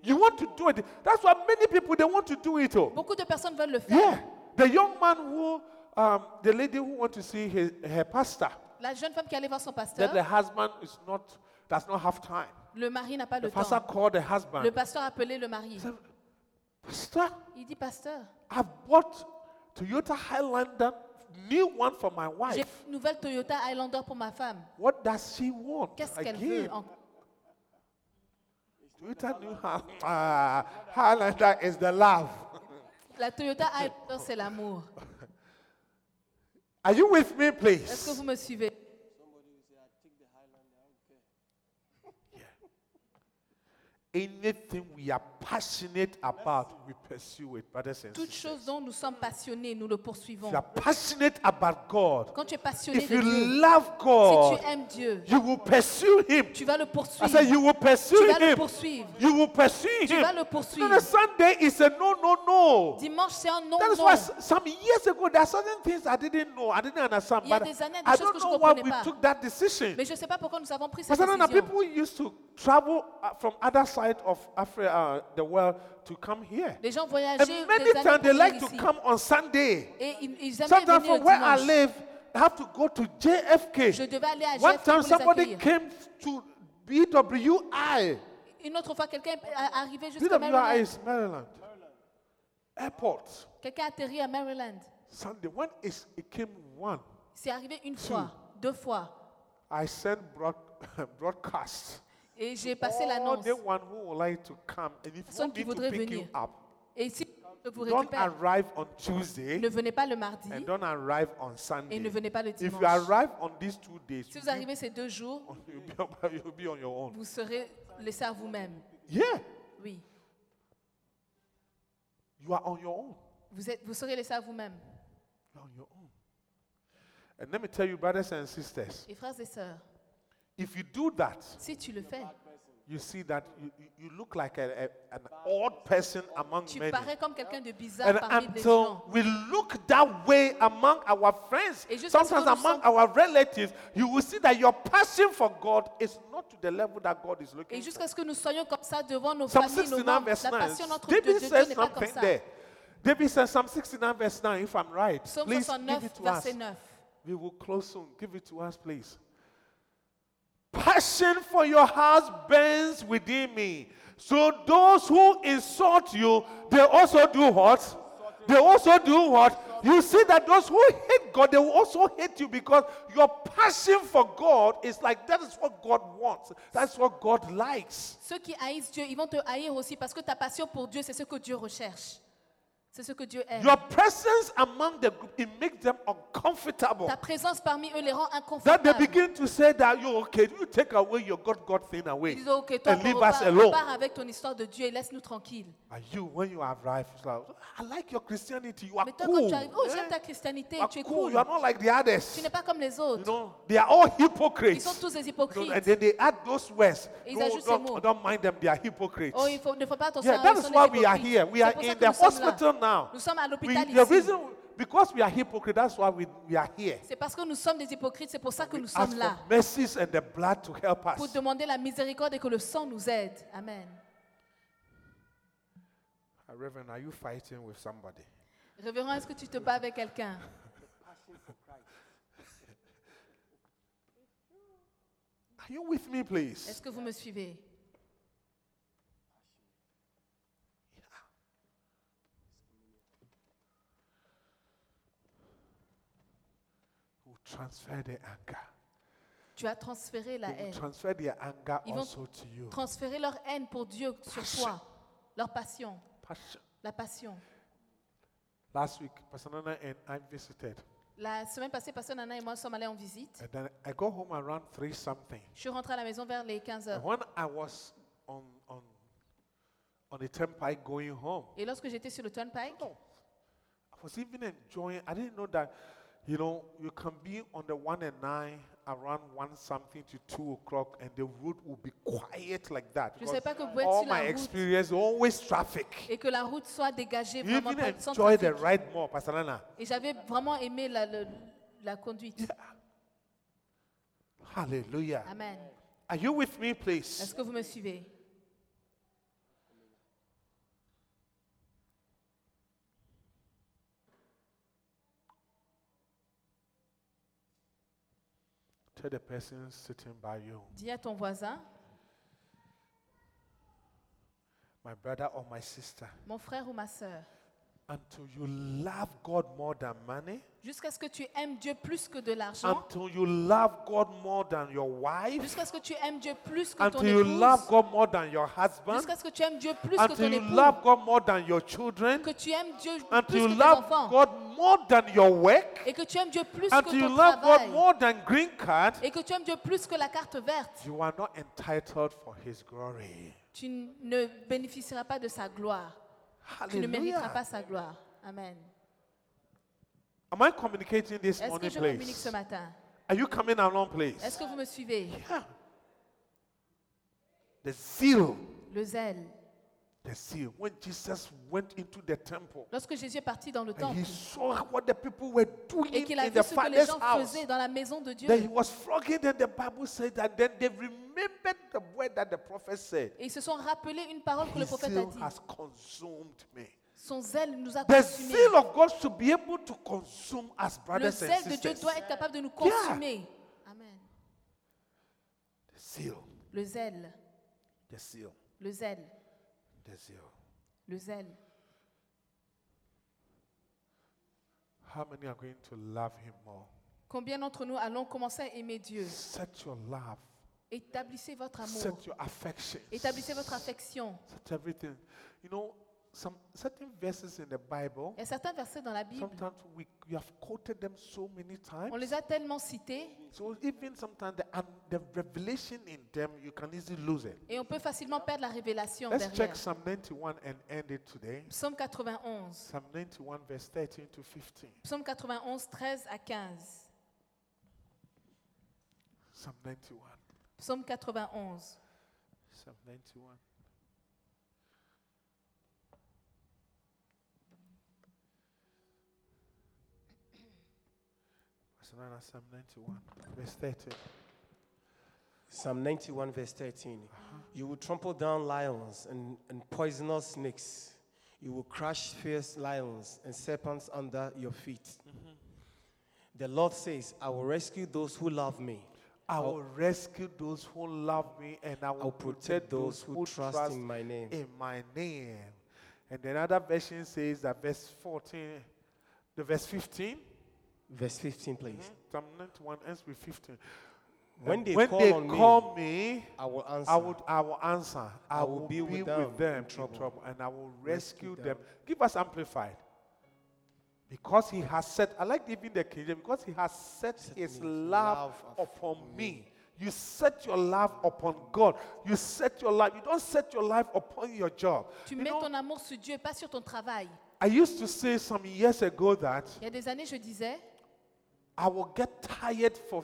B: You want to do it. That's why many people they want to do it. Oh.
D: Beaucoup de personnes veulent le faire.
B: Yeah. The young man who, um, the lady who want to see his, her pastor,
D: La jeune femme qui allait voir son
B: that
D: pasteur,
B: the husband is not does not have time.
D: le mari n'a pas
B: The
D: le
B: pastor
D: temps.
B: called the
D: Le
B: husband.
D: pasteur a appelé le mari.
B: Pastor,
D: Il dit, pasteur,
B: I've bought Toyota Highlander, new one for my
D: j'ai
B: wife.
D: une nouvelle Toyota Highlander pour ma femme.
B: What does she want?
D: Qu'est-ce qu'elle
B: again?
D: veut en-
B: Toyota new Hi- ah, Highlander is the love.
D: La Toyota Highlander, c'est l'amour.
B: Are you with me,
D: Est-ce que
B: please?
D: vous me suivez
B: Anything we are passionate about, we pursue it, brothers and
D: Toutes
B: sisters.
D: choses dont nous sommes passionnés, nous le poursuivons.
B: If you are passionate about God,
D: Quand tu es passionné
B: if
D: de
B: you
D: Dieu,
B: love
D: si
B: God,
D: tu aimes Dieu,
B: you will pursue Him.
D: tu vas
B: I
D: le
B: said,
D: poursuivre.
B: you will
D: Tu
B: pursue
D: vas le
B: Him.
D: poursuivre.
B: You will pursue Him.
D: Tu vas le
B: No, no,
D: poursuivre.
B: Sunday is a no, no, no.
D: Dimanche, c'est un non
B: That is
D: non.
B: why s- some years ago, there are certain things I didn't know, I didn't understand.
D: Il y a
B: But
D: des années, des
B: I
D: choses que
B: don't
D: je
B: know why
D: comprenais
B: we
D: pas.
B: took that decision.
D: Mais je ne sais pas pourquoi nous avons pris cette
B: Pastor Nana,
D: décision.
B: people used to travel uh, from other side of Africa, uh, the world, to come here.
D: Les gens
B: And
D: voyageaient
B: many
D: des années
B: times they
D: pour
B: like
D: venir
B: to
D: ici.
B: come on Sunday.
D: Et ils, ils aimaient
B: Sometimes
D: venir
B: from
D: le
B: where I
D: dimanche.
B: live, I have to go to
D: Je
B: JFK.
D: devais aller à
B: One
D: Jeff pour
B: time
D: les
B: somebody
D: accueillir.
B: came to BWI.
D: Une autre fois, quelqu'un est arrivé jusqu'à
B: BWI
D: Maryland.
B: is Maryland. Airport.
D: Quelqu'un atterrit à Maryland.
B: Sunday. When is, it came one,
D: C'est arrivé une fois, deux fois.
B: I sent broad, broadcast.
D: Et j'ai passé
B: All
D: l'annonce.
B: the one who would like to come, and if
D: Personne qui
B: you want me
D: voudrait
B: to pick you
D: venir.
B: up,
D: Et si je vous
B: don't
D: récupère,
B: arrive on Tuesday
D: ne venez pas le mardi
B: and don't arrive on Sunday.
D: et ne venez pas le
B: If you
D: dimanche.
B: arrive on these two days,
D: Si vous
B: you'll be
D: arrivez ces deux jours,
B: on- you'll, be on, you'll be on your own.
D: vous serez laissé à vous-même.
B: Yeah,
D: Oui,
B: you are on your own.
D: vous, êtes, vous serez laissé à vous-même.
B: You're on your own. And let me tell you, brothers and sisters,
D: Et frères et sœurs,
B: if you do that,
D: si tu le fais,
B: you see that you, you- you look like a, a- an odd person among
D: tu
B: many.
D: parais comme quelqu'un de bizarre
B: And
D: parmi les gens.
B: until we look that way among our friends,
D: Et jusqu'à ce que
B: sometimes
D: nous
B: among
D: sommes-
B: our relatives, you will see that your passion for God is not to the level that God is
D: Et
B: looking for.
D: jusqu'à ce que nous soyons comme ça devant nos
B: Psalm
D: familles, nos
B: 69,
D: membres,
B: verse
D: la
B: 9.
D: passion entre de
B: David
D: de Dieu
B: says
D: n'est pas comme
B: something
D: ça.
B: there. David says Psalm 69, verse 9, if I'm right.
D: Psaume
B: Please give
D: 69,
B: it to us.
D: verset 9.
B: We will close soon. Give it to us, please. Passion for your house burns within me. So those who insult you, they also do what? They also do what? You see that those who hate God, they will also hate you because your passion for God is like that is what God wants. That's what God likes.
D: Ceux qui haïssent Dieu, ils vont te haïr aussi parce que ta passion pour Dieu, c'est ce que Dieu recherche. C'est ce que Dieu aime.
B: Your presence among the group, it makes them uncomfortable.
D: Ta présence parmi eux les rend
B: That they
D: inconfortables.
B: begin to say that you okay, you take away your God God thing away
D: Ils disent, OK, toi,
B: and
D: on
B: leave us
D: repart,
B: alone.
D: repars avec ton histoire de Dieu et laisse-nous tranquilles.
B: And you, when you arrive, it's like, I like your Christianity. You are
D: Mais toi, quand
B: cool.
D: tu arrives, oh,
B: eh?
D: j'aime ta christianité,
B: You are
D: tu es
B: cool.
D: cool.
B: You are not like the others.
D: Tu n'es pas comme les
B: You
D: autres.
B: know, they are all
D: Ils
B: hypocrites.
D: sont tous des
B: You know, and
D: hypocrites.
B: then they add those words.
D: Et ils
B: No,
D: ajoutent ces mots.
B: don't, don't mind them. They are hypocrites.
D: Oh, il faut, ne faut pas attention
B: yeah,
D: à eux,
B: that
D: ils
B: is
D: sont
B: why
D: des
B: we are
D: hypocrites.
B: here. We are
D: C'est pour ça
B: in
D: que
B: the
D: nous sommes là.
B: hospital now.
D: Nous sommes à
B: We,
D: l'hôpital
B: the
D: ici.
B: reason, because we are hypocrites, that's why we, we are here.
D: C'est parce que nous sommes des hypocrites, c'est pour ça que nous
B: Ask
D: sommes
B: for
D: là.
B: mercies and the blood to help
D: Pour
B: us.
D: demander la miséricorde et que le sang nous aide. Amen.
B: Uh, Reverend, are you fighting with somebody?
D: Révérend, est-ce que tu te bats avec quelqu'un
B: Are you with me, please?
D: Est-ce que vous me suivez
B: will transfer their anger.
D: Tu as transféré la
B: They will
D: haine.
B: transfer their anger
D: Ils vont
B: also to you.
D: Transférer leur haine pour Dieu sur toi. Leur passion.
B: Passion.
D: La passion.
B: Last week, Pastor Nana and I visited.
D: La semaine passée, Pasteur Nana et moi sommes allés en visite.
B: And then I go home around 3 something.
D: Je suis rentrée à la maison vers les 15
B: And
D: heures.
B: when I was on, on, on the turnpike going home,
D: Et lorsque j'étais sur le turnpike,
B: I was even enjoying. I didn't know that, you know, you can be on the one and nine around one something to two o'clock, and the road will be quiet like that.
D: Je sais
B: because
D: pas que vous êtes
B: all
D: sur la
B: my
D: route.
B: experience always traffic.
D: et que la route soit dégagée
B: You
D: vraiment
B: even
D: pas- sans
B: enjoy the
D: trafic.
B: ride more, Pastor Nana.
D: Et j'avais vraiment aimé la, le- la conduite.
B: Hallelujah.
D: Amen.
B: Are you with me,
D: Est-ce
B: please?
D: que vous me suivez
B: Tell the person sitting by you,
D: Dis à ton voisin,
B: my brother or my sister,
D: mon frère ou ma sœur,
B: until you love God more than money,
D: jusqu'à ce que tu aimes Dieu plus que de l'argent,
B: until you love God more than your wife,
D: jusqu'à ce que tu aimes Dieu plus que ton
B: until you love
D: épouse,
B: God more than your husband,
D: jusqu'à ce que tu aimes Dieu plus que
B: until
D: ton
B: you
D: époux,
B: love God more than your children,
D: que tu aimes Dieu
B: until
D: plus
B: you
D: que tes
B: love
D: enfants,
B: God more than your work,
D: et que tu aimes Dieu plus que
B: until you
D: ton
B: love God
D: travail,
B: more than green card,
D: et que tu aimes Dieu plus que la carte verte,
B: you are not entitled for His glory.
D: tu n- ne bénéficieras pas de sa gloire. Tu ne mériteras pas
B: Hallelujah.
D: sa gloire. Amen.
B: Am I communicating this
D: Est-ce que
B: morning,
D: je communique ce
B: please?
D: matin
B: Are you coming along,
D: Est-ce
B: please?
D: que vous me suivez
B: Yeah. The zeal,
D: Le zèle.
B: the zeal. When Jesus went into the temple
D: Lorsque Jésus est parti dans le
B: and
D: temple
B: he saw what the people were doing
D: et qu'il a
B: in
D: vu
B: the
D: ce que les
B: father's
D: gens
B: house,
D: faisaient dans la maison de Dieu,
B: Then he was flogging them. The Bible said that then they remembered the word that the prophet said.
D: et ils se sont rappelés une parole que le
B: His
D: prophète a
B: zeal
D: dit.
B: has consumed me.
D: Son zèle nous a
B: The
D: consumés.
B: zeal of God should be able to consume us,
D: Le
B: brothers and
D: zèle de Dieu
B: sisters.
D: doit être capable de nous consumer. Amen.
B: Zeal,
D: Le zèle,
B: the zeal,
D: le zèle,
B: the zeal.
D: le zèle.
B: How many are going to love Him more?
D: Combien d'entre nous allons commencer à aimer Dieu
B: Set your love,
D: Établissez votre amour,
B: set your affection,
D: établissez votre affection.
B: set everything. You know, some certain verses in the Bible.
D: Il y a certains versets dans la Bible,
B: Sometimes we, we have quoted them so many times.
D: on les a tellement cités
B: So even sometimes the, and the revelation in them, you can easily lose it.
D: et on peut facilement perdre la révélation
B: Let's
D: derrière.
B: check Psalm 91 and end it today.
D: Psaume 91,
B: Psalm 91, verse 13 to 15.
D: Psaume 91, 13 à 15.
B: Psalm 91.
D: Psaume 91.
B: Psalm 91. Pastor Nana, Psalm 91, verse 13.
E: Psalm 91, verse 13. You will trample down lions and, and poisonous snakes. You will crush fierce lions and serpents under your feet. The Lord says, I will rescue those who love me.
B: I will rescue those who love me, and I will
E: I'll
B: protect those who trust,
E: in my name.
B: In my name. And then another version says that verse 14, the verse 15,
E: Verse 15, please.
B: Psalm 91 ends with 15.
E: Mm-hmm. When they call on me,
B: call me,
E: I will answer.
B: I would I will answer. I, will, be, with them,
E: in
B: in
E: trouble.
B: trouble, and I will rescue,
E: Rescue
B: them.
E: them.
B: Give us amplified. Because he has set, I like even the King James, because he has set, his
E: me,
B: love,
E: love
B: upon me. You set your love upon God. You set your life. You don't set your life upon your job.
D: Tu
B: You
D: mets
B: know,
D: ton amour sur Dieu, pas sur ton travail.
B: I used to say some years ago that
D: Il y a des années, je disais,
B: I will get tired for,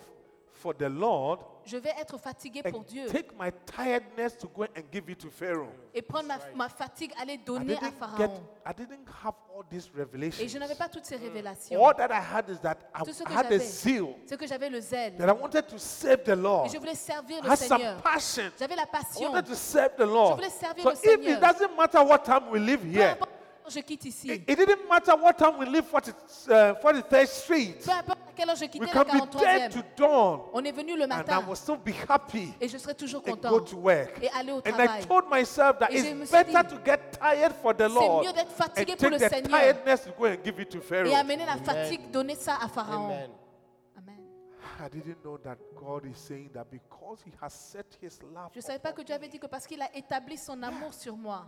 B: for the Lord
D: je vais être fatigué
B: and
D: pour Dieu
B: take my tiredness to go and give it to Pharaoh.
D: et prendre ma, ma fatigue, aller
B: I
D: donner à
B: didn't, get,
D: Pharaon.
B: I didn't have all this
D: Et je
B: revelation.
D: n'avais pas toutes ces révélations.
B: All that I had is that I
D: Tout ce que
B: had a
D: j'avais,
B: zeal
D: c'est que j'avais le zèle.
B: that I wanted to serve the
D: Et
B: Lord.
D: je voulais servir
B: I
D: le
B: had some
D: Seigneur.
B: passion.
D: J'avais la
B: I
D: passion.
B: wanted to serve the Lord.
D: voulais servir
B: So
D: le
B: if it
D: Seigneur.
B: doesn't matter what time we live
D: Peu
B: here,
D: importe quand je quitte
B: it,
D: ici,
B: it didn't matter what time we live 40, uh, 43rd Street.
D: peu importe à quelle heure je
B: We
D: quittais la
B: can be dead
D: 43e,
B: to dawn
D: on est venu le
B: and I
D: matin
B: will still be happy
D: et je serai toujours
B: and go
D: content
B: to work.
D: et aller au
B: And I
D: travail.
B: told myself that
D: Et je me
B: it's
D: suis
B: better
D: dit,
B: to get tired for the Lord
D: mieux d'être
B: and
D: fatigué
B: take
D: pour le
B: the
D: Seigneur.
B: tiredness to go and give it to
D: Et
B: Pharaoh.
D: amener la fatigue, donner ça à Pharaon.
E: Amen.
D: Amen.
B: I didn't know that God is saying that because He has set His love.
D: Je ne savais pas que Dieu avait dit que parce qu'il a établi son amour sur moi,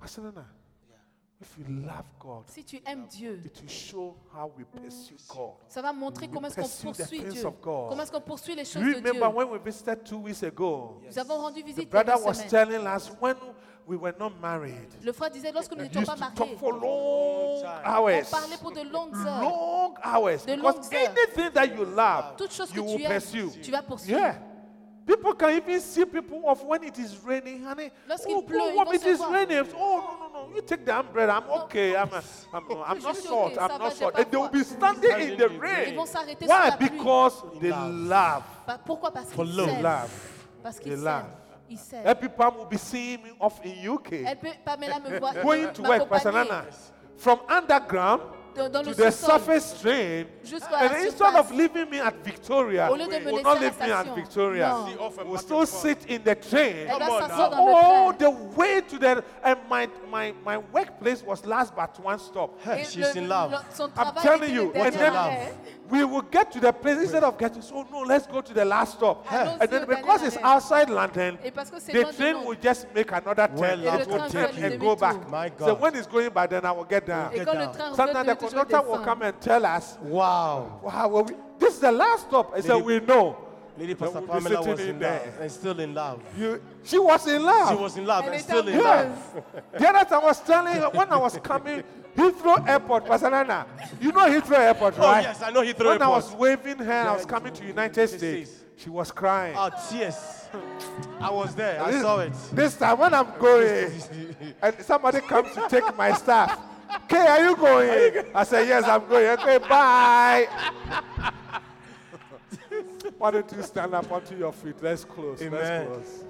B: Pastor Nana, if you love God,
D: si tu aimes Dieu,
B: it will show how we pursue God.
D: ça va montrer comment est-ce qu'on
B: Pursue the
D: poursuit
B: things
D: Dieu.
B: of God.
D: Comment est-ce qu'on poursuit les choses
B: You
D: de Dieu.
B: remember when we visited two weeks ago?
D: Nous avons rendu
B: The
D: visite
B: brother
D: quelques
B: was
D: semaines.
B: telling us when we were not married,
D: Le frère disait lorsque nous
B: we
D: n'étions
B: used
D: pas
B: to
D: mariés,
B: talk for long
E: Long time.
D: on
B: hours.
D: parlait pour de longues heures.
B: Long hours.
D: De
B: Because
D: longues heures.
B: anything that you love,
D: Toute chose que
B: you will
D: tu aimes,
B: pursue.
D: tu vas poursuivre.
B: Yeah. People can even see people of when it is raining, honey.
D: Lorsqu'il
B: oh,
D: pleut,
B: go
D: ils
B: home,
D: vont
B: it
D: se
B: is
D: voir.
B: raining. Oh, no, no, no. You take the umbrella. I'm okay. I'm, I'm, I'm
D: Je
B: not
D: suis
B: short.
D: okay, ça
B: I'm
D: va,
B: not
D: j'ai
B: short.
D: pas
B: And they will
D: froid.
B: be standing in the
E: Ils
B: rain.
D: vont s'arrêter sous
B: Why?
D: la pluie.
B: Because they love.
D: Pa- Bah, Pourquoi Parce
B: For
D: qu'il
B: love.
D: s'aime.
B: Love.
D: Parce
B: They
D: qu'il
B: love.
D: s'aime. Il s'aime.
B: Happy Palm will be seeing me off in UK.
D: Elle peut, Pamela me voit
B: Going to work, Pastor
D: m'accompagner
B: Nana. From underground
D: dans, dans
B: to
D: le
B: the
D: sous-sol.
B: surface train.
D: Jusqu'à la
B: And instead of
D: surface.
B: leaving me at Victoria,
D: Au lieu de me
B: will
D: laisser
B: not
D: à la
B: leave me at
D: station.
B: Victoria.
D: Non. See,
E: off and
B: Will
E: back
B: still
E: and forth.
B: sit in the train.
D: Elle va
E: on
D: s'asseoir dans
B: all
D: le train.
B: the way to the and my my my workplace was last but one stop.
D: Et
E: She's
D: le-
E: in love.
D: le- Son
B: I'm
D: travail
B: telling
D: était
B: you,
D: le
B: and
D: dernier
B: then
D: arrêt.
B: we will get to the place instead of getting. So no, let's go to the last stop.
D: Allons-y
B: And then
D: au
B: because
D: dernier
B: it's
D: arrêt.
B: outside London,
D: Et parce que c'est
B: the
D: loin du
B: train
D: monde.
B: will just make another turn,
E: le
B: it will
E: train
B: turn
E: fait
B: and
E: une
B: go
D: demi-tour.
B: back.
E: My
B: So
E: God.
B: when it's going by, then I will get down.
D: Et quand le
E: down.
D: train
B: Sometimes the
D: revient, toujours
B: conductor will
D: descend.
B: come and tell us
E: Wow.
B: Wow, well, we, this is the last stop. I said,
E: Lady-
B: we know.
E: Lady
B: That
E: Pastor
B: we'll be
E: Pamela
B: sitting
E: was
B: in
E: in
B: there.
E: love and still in love.
B: You, she was in love.
E: She was in love
D: Elle
E: and
D: était
E: still in
D: amoureuse.
E: love.
B: yeah. the other time I was telling her when I was coming, Heathrow Airport, Barcelona. You know Heathrow Airport,
E: Oh,
B: right?
E: yes, I know Heathrow
B: when I
E: Airport.
B: was waving her, I was coming to United States. She was crying.
E: Our tears. Ah, I was there. "Oh, I
B: this,
E: saw it.
B: This time when I'm going, and somebody comes to take my stuff. Okay, are you going? I said, yes, I'm going. Okay, bye. Why don't you stand up onto your feet? Let's close.
E: Amen.
B: Let's close.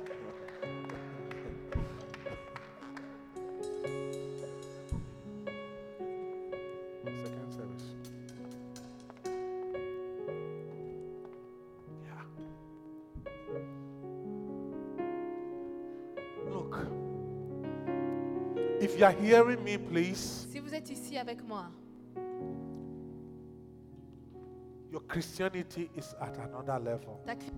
B: Second service. Yeah. Look, if you are hearing me, please,
D: Si vous êtes ici avec moi,
B: your Christianity is at another level.
D: ta cri-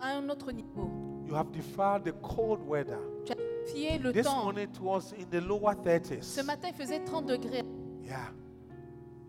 D: à un autre niveau,
B: You have defied the cold weather.
D: tu as fié le
B: This
D: temps.
B: morning it was in the lower 30s.
D: Ce matin, il faisait 30 degrés.
B: Yeah.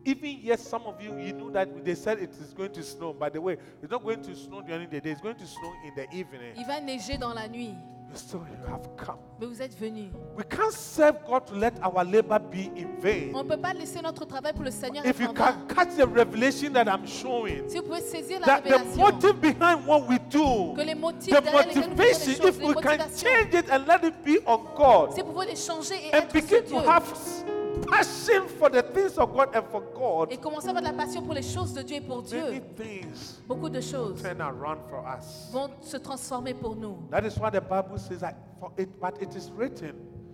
B: Even yes, some of you you know that they said it is going to snow. By the way, it's not going to snow during the day. It's going to snow in the evening.
D: Il va neiger dans la nuit,
B: You still you have come.
D: mais vous êtes venus.
B: We can't serve God to let our labor be in
D: On
B: vain.
D: ne peut pas laisser notre travail pour le Seigneur
B: If
D: être
B: you
D: en vain.
B: can catch the revelation that I'm showing,
D: Si vous pouvez saisir la
B: that the
D: révélation,
B: motive behind what we do,
D: que les motifs
B: the
D: derrière lesquels nous faisons
B: motivation,
D: les choses,
B: if
D: les
B: we can
D: motivations.
B: change it and let it be on God,
D: si vous pouvez les changer et
B: and
D: être sur
B: begin to
D: Dieu,
B: have s- passion for the things of God and for God,
D: et commencer à avoir de la passion pour les choses de Dieu et pour
B: many
D: Dieu,
B: things
D: beaucoup de choses
B: turn around for us.
D: vont se transformer pour nous.
B: That is why the Bible says that for it, but it is written,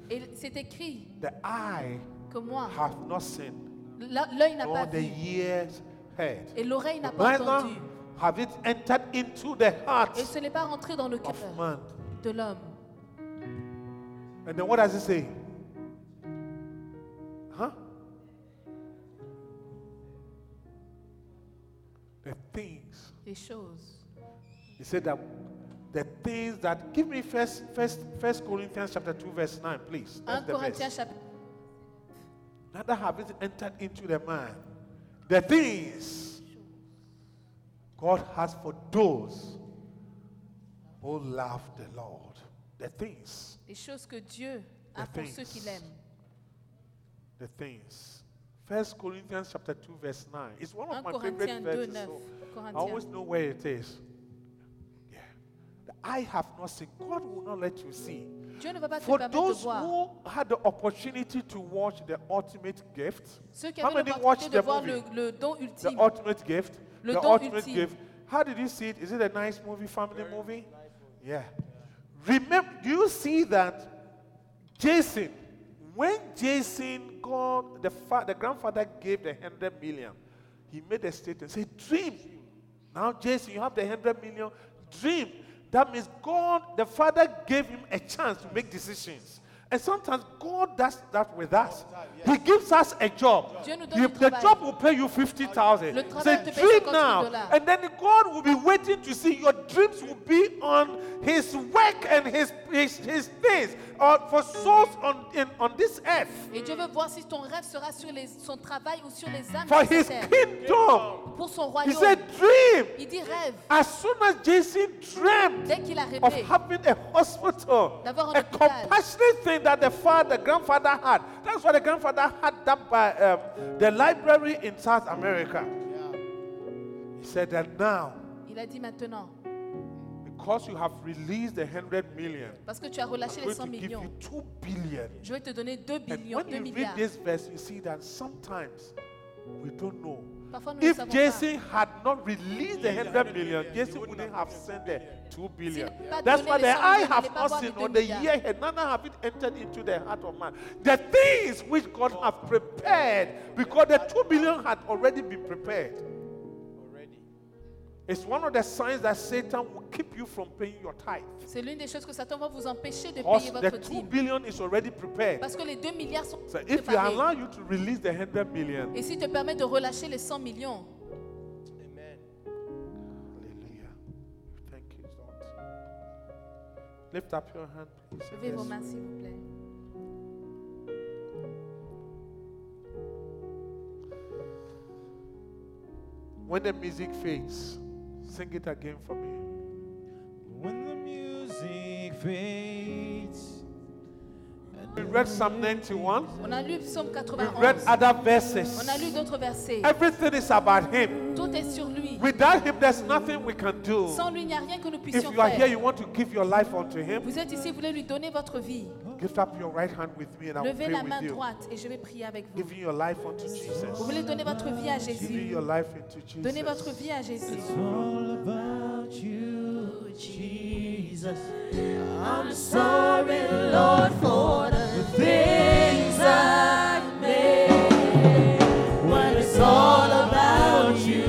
D: Et c'est écrit
B: the eye
D: que moi,
B: have not seen,
D: l'œil n'a pas
B: nor the
D: vu
B: ears heard.
D: et l'oreille n'a pas
B: Neither
D: entendu.
B: have it entered into the heart
D: Et ce n'est pas rentré dans le
B: of
D: cœur
B: man.
D: de l'homme.
B: And then what does it say? Huh? The things.
D: Les choses.
B: He said that the things that give me first first first Corinthians chapter 2, verse 9, please.
D: 1
B: That's the verse.
D: Corinthiens chapitre.
B: Neither have it entered into the man. The things God has for those who love the Lord. The things.
D: Les choses que Dieu a
B: The
D: pour
B: things.
D: ceux qui l'aiment.
B: The things. First Corinthians chapter 2, verse 9. It's one
D: 1
B: of my favorite
D: Corinthiens 2,
B: verses.
D: 9.
B: so I always
D: Corinthiens.
B: know where it is. Yeah. The eye have not seen. God will not let you see.
D: Dieu ne va pas te
B: For
D: permettre de
B: those
D: voir.
B: who had the opportunity to watch the ultimate gift,
D: Ceux qui
B: how
D: avaient
B: many watched
D: l'opportunité de
B: the
D: voir
B: movie?
D: le, le don
B: The
D: ultime.
B: ultimate gift.
D: Le
B: the
D: don
B: ultimate
D: ultime.
B: gift. How did you see it? Is it a nice movie, family movie? Yeah. Remember, do you see that Jason, when Jason God, the, fa- the grandfather gave the hundred million, he made a statement, say, dream. Now, Jason, you have the hundred million, dream. That means God, the father gave him a chance to make decisions. And sometimes God does that with us. He gives us a job.
D: Dieu nous donne
B: You-
D: du
B: the
D: travail.
B: job will pay you fifty thousand.
D: Le
B: Say
D: travail te paye
B: dream
D: 50 000
B: now,
D: dollars.
B: and then God will be waiting to see your dreams will be on His work and His His, his things or for souls on in, on this earth
D: Et Dieu veut voir si ton rêve sera sur les- son travail ou sur les âmes
B: for
D: de
B: His
D: cette terre,
B: kingdom.
D: pour son
B: He
D: royaume.
B: said, dream.
D: Il dit rêve.
B: As soon as JC dreamed
D: Dès qu'il a
B: of
D: rêvé,
B: having a hospital,
D: D'avoir un
B: a
D: hôpital.
B: compassionate thing that the father, grandfather had. That's why the grandfather had that by um, the library in South America. He said that now,
D: il a dit maintenant,
B: because you have released the hundred million,
D: parce que tu as relâché
B: I'm
D: les
B: going
D: 100
B: to give you
D: millions,
B: two billion.
D: je vais te donner 2
B: And
D: billions,
B: when
D: 2
B: you read
D: milliards.
B: this verse, you see that sometimes we don't know.
D: Parfois, nous ne
B: If
D: savons
B: Jason had not released the 100 million, Jason wouldn't have sent the 2 billion.
D: S'il n'a pas
B: That's
D: donné
B: why
D: les
B: the
D: 100
B: eye
D: million, il
B: have
D: n'allait pas
B: not
D: voir
B: seen,
D: les
B: or
D: deux
B: the
D: milliards.
B: ear had none have it entered into the heart of man. The things which God have prepared, because the 2 billion had already been prepared. It's one of the signs that Satan will keep you from paying your tithe.
D: C'est l'une des choses que Satan va vous empêcher de payer
B: Because the
D: votre
B: 2
D: dîme.
B: billion is already prepared.
D: Parce que les 2 milliards sont
B: So if you
D: préparés.
B: allow you to release the 100 million,
D: Et s'il te permet de relâcher les 100 millions,
B: Hallelujah. Thank you, Lord. Lift up your hand, please. and
D: levez vos
B: let's-
D: mains s'il vous plaît.
B: When the music fades, sing it again for me.
F: When the music fades,
B: We read Psalm 91.
D: On a lu Psaume
B: We read
D: 91.
B: other
D: On a lu
B: verses.
D: d'autres versets.
B: Everything is about Him.
D: Tout est sur lui.
B: Without Him, there's nothing we can do.
D: Sans lui, il n'y a rien que nous
B: If
D: puissions
B: you are here,
D: faire.
B: you want to give your life unto Him.
D: Vous êtes ici, vous voulez lui donner votre vie.
B: Lift up your right hand with me, and I will
D: Levez
B: pray
D: la
B: with
D: main
B: you.
D: droite et je vais prier avec vous.
B: Giving your life unto
D: Vous
B: Jesus.
D: voulez donner votre vie à
B: Giving
D: Jésus.
B: your life into Jesus.
D: Donnez votre vie à Jésus.
F: all about you, Jesus.
A: I'm sorry, Lord, for the things I've made. When it's all about you,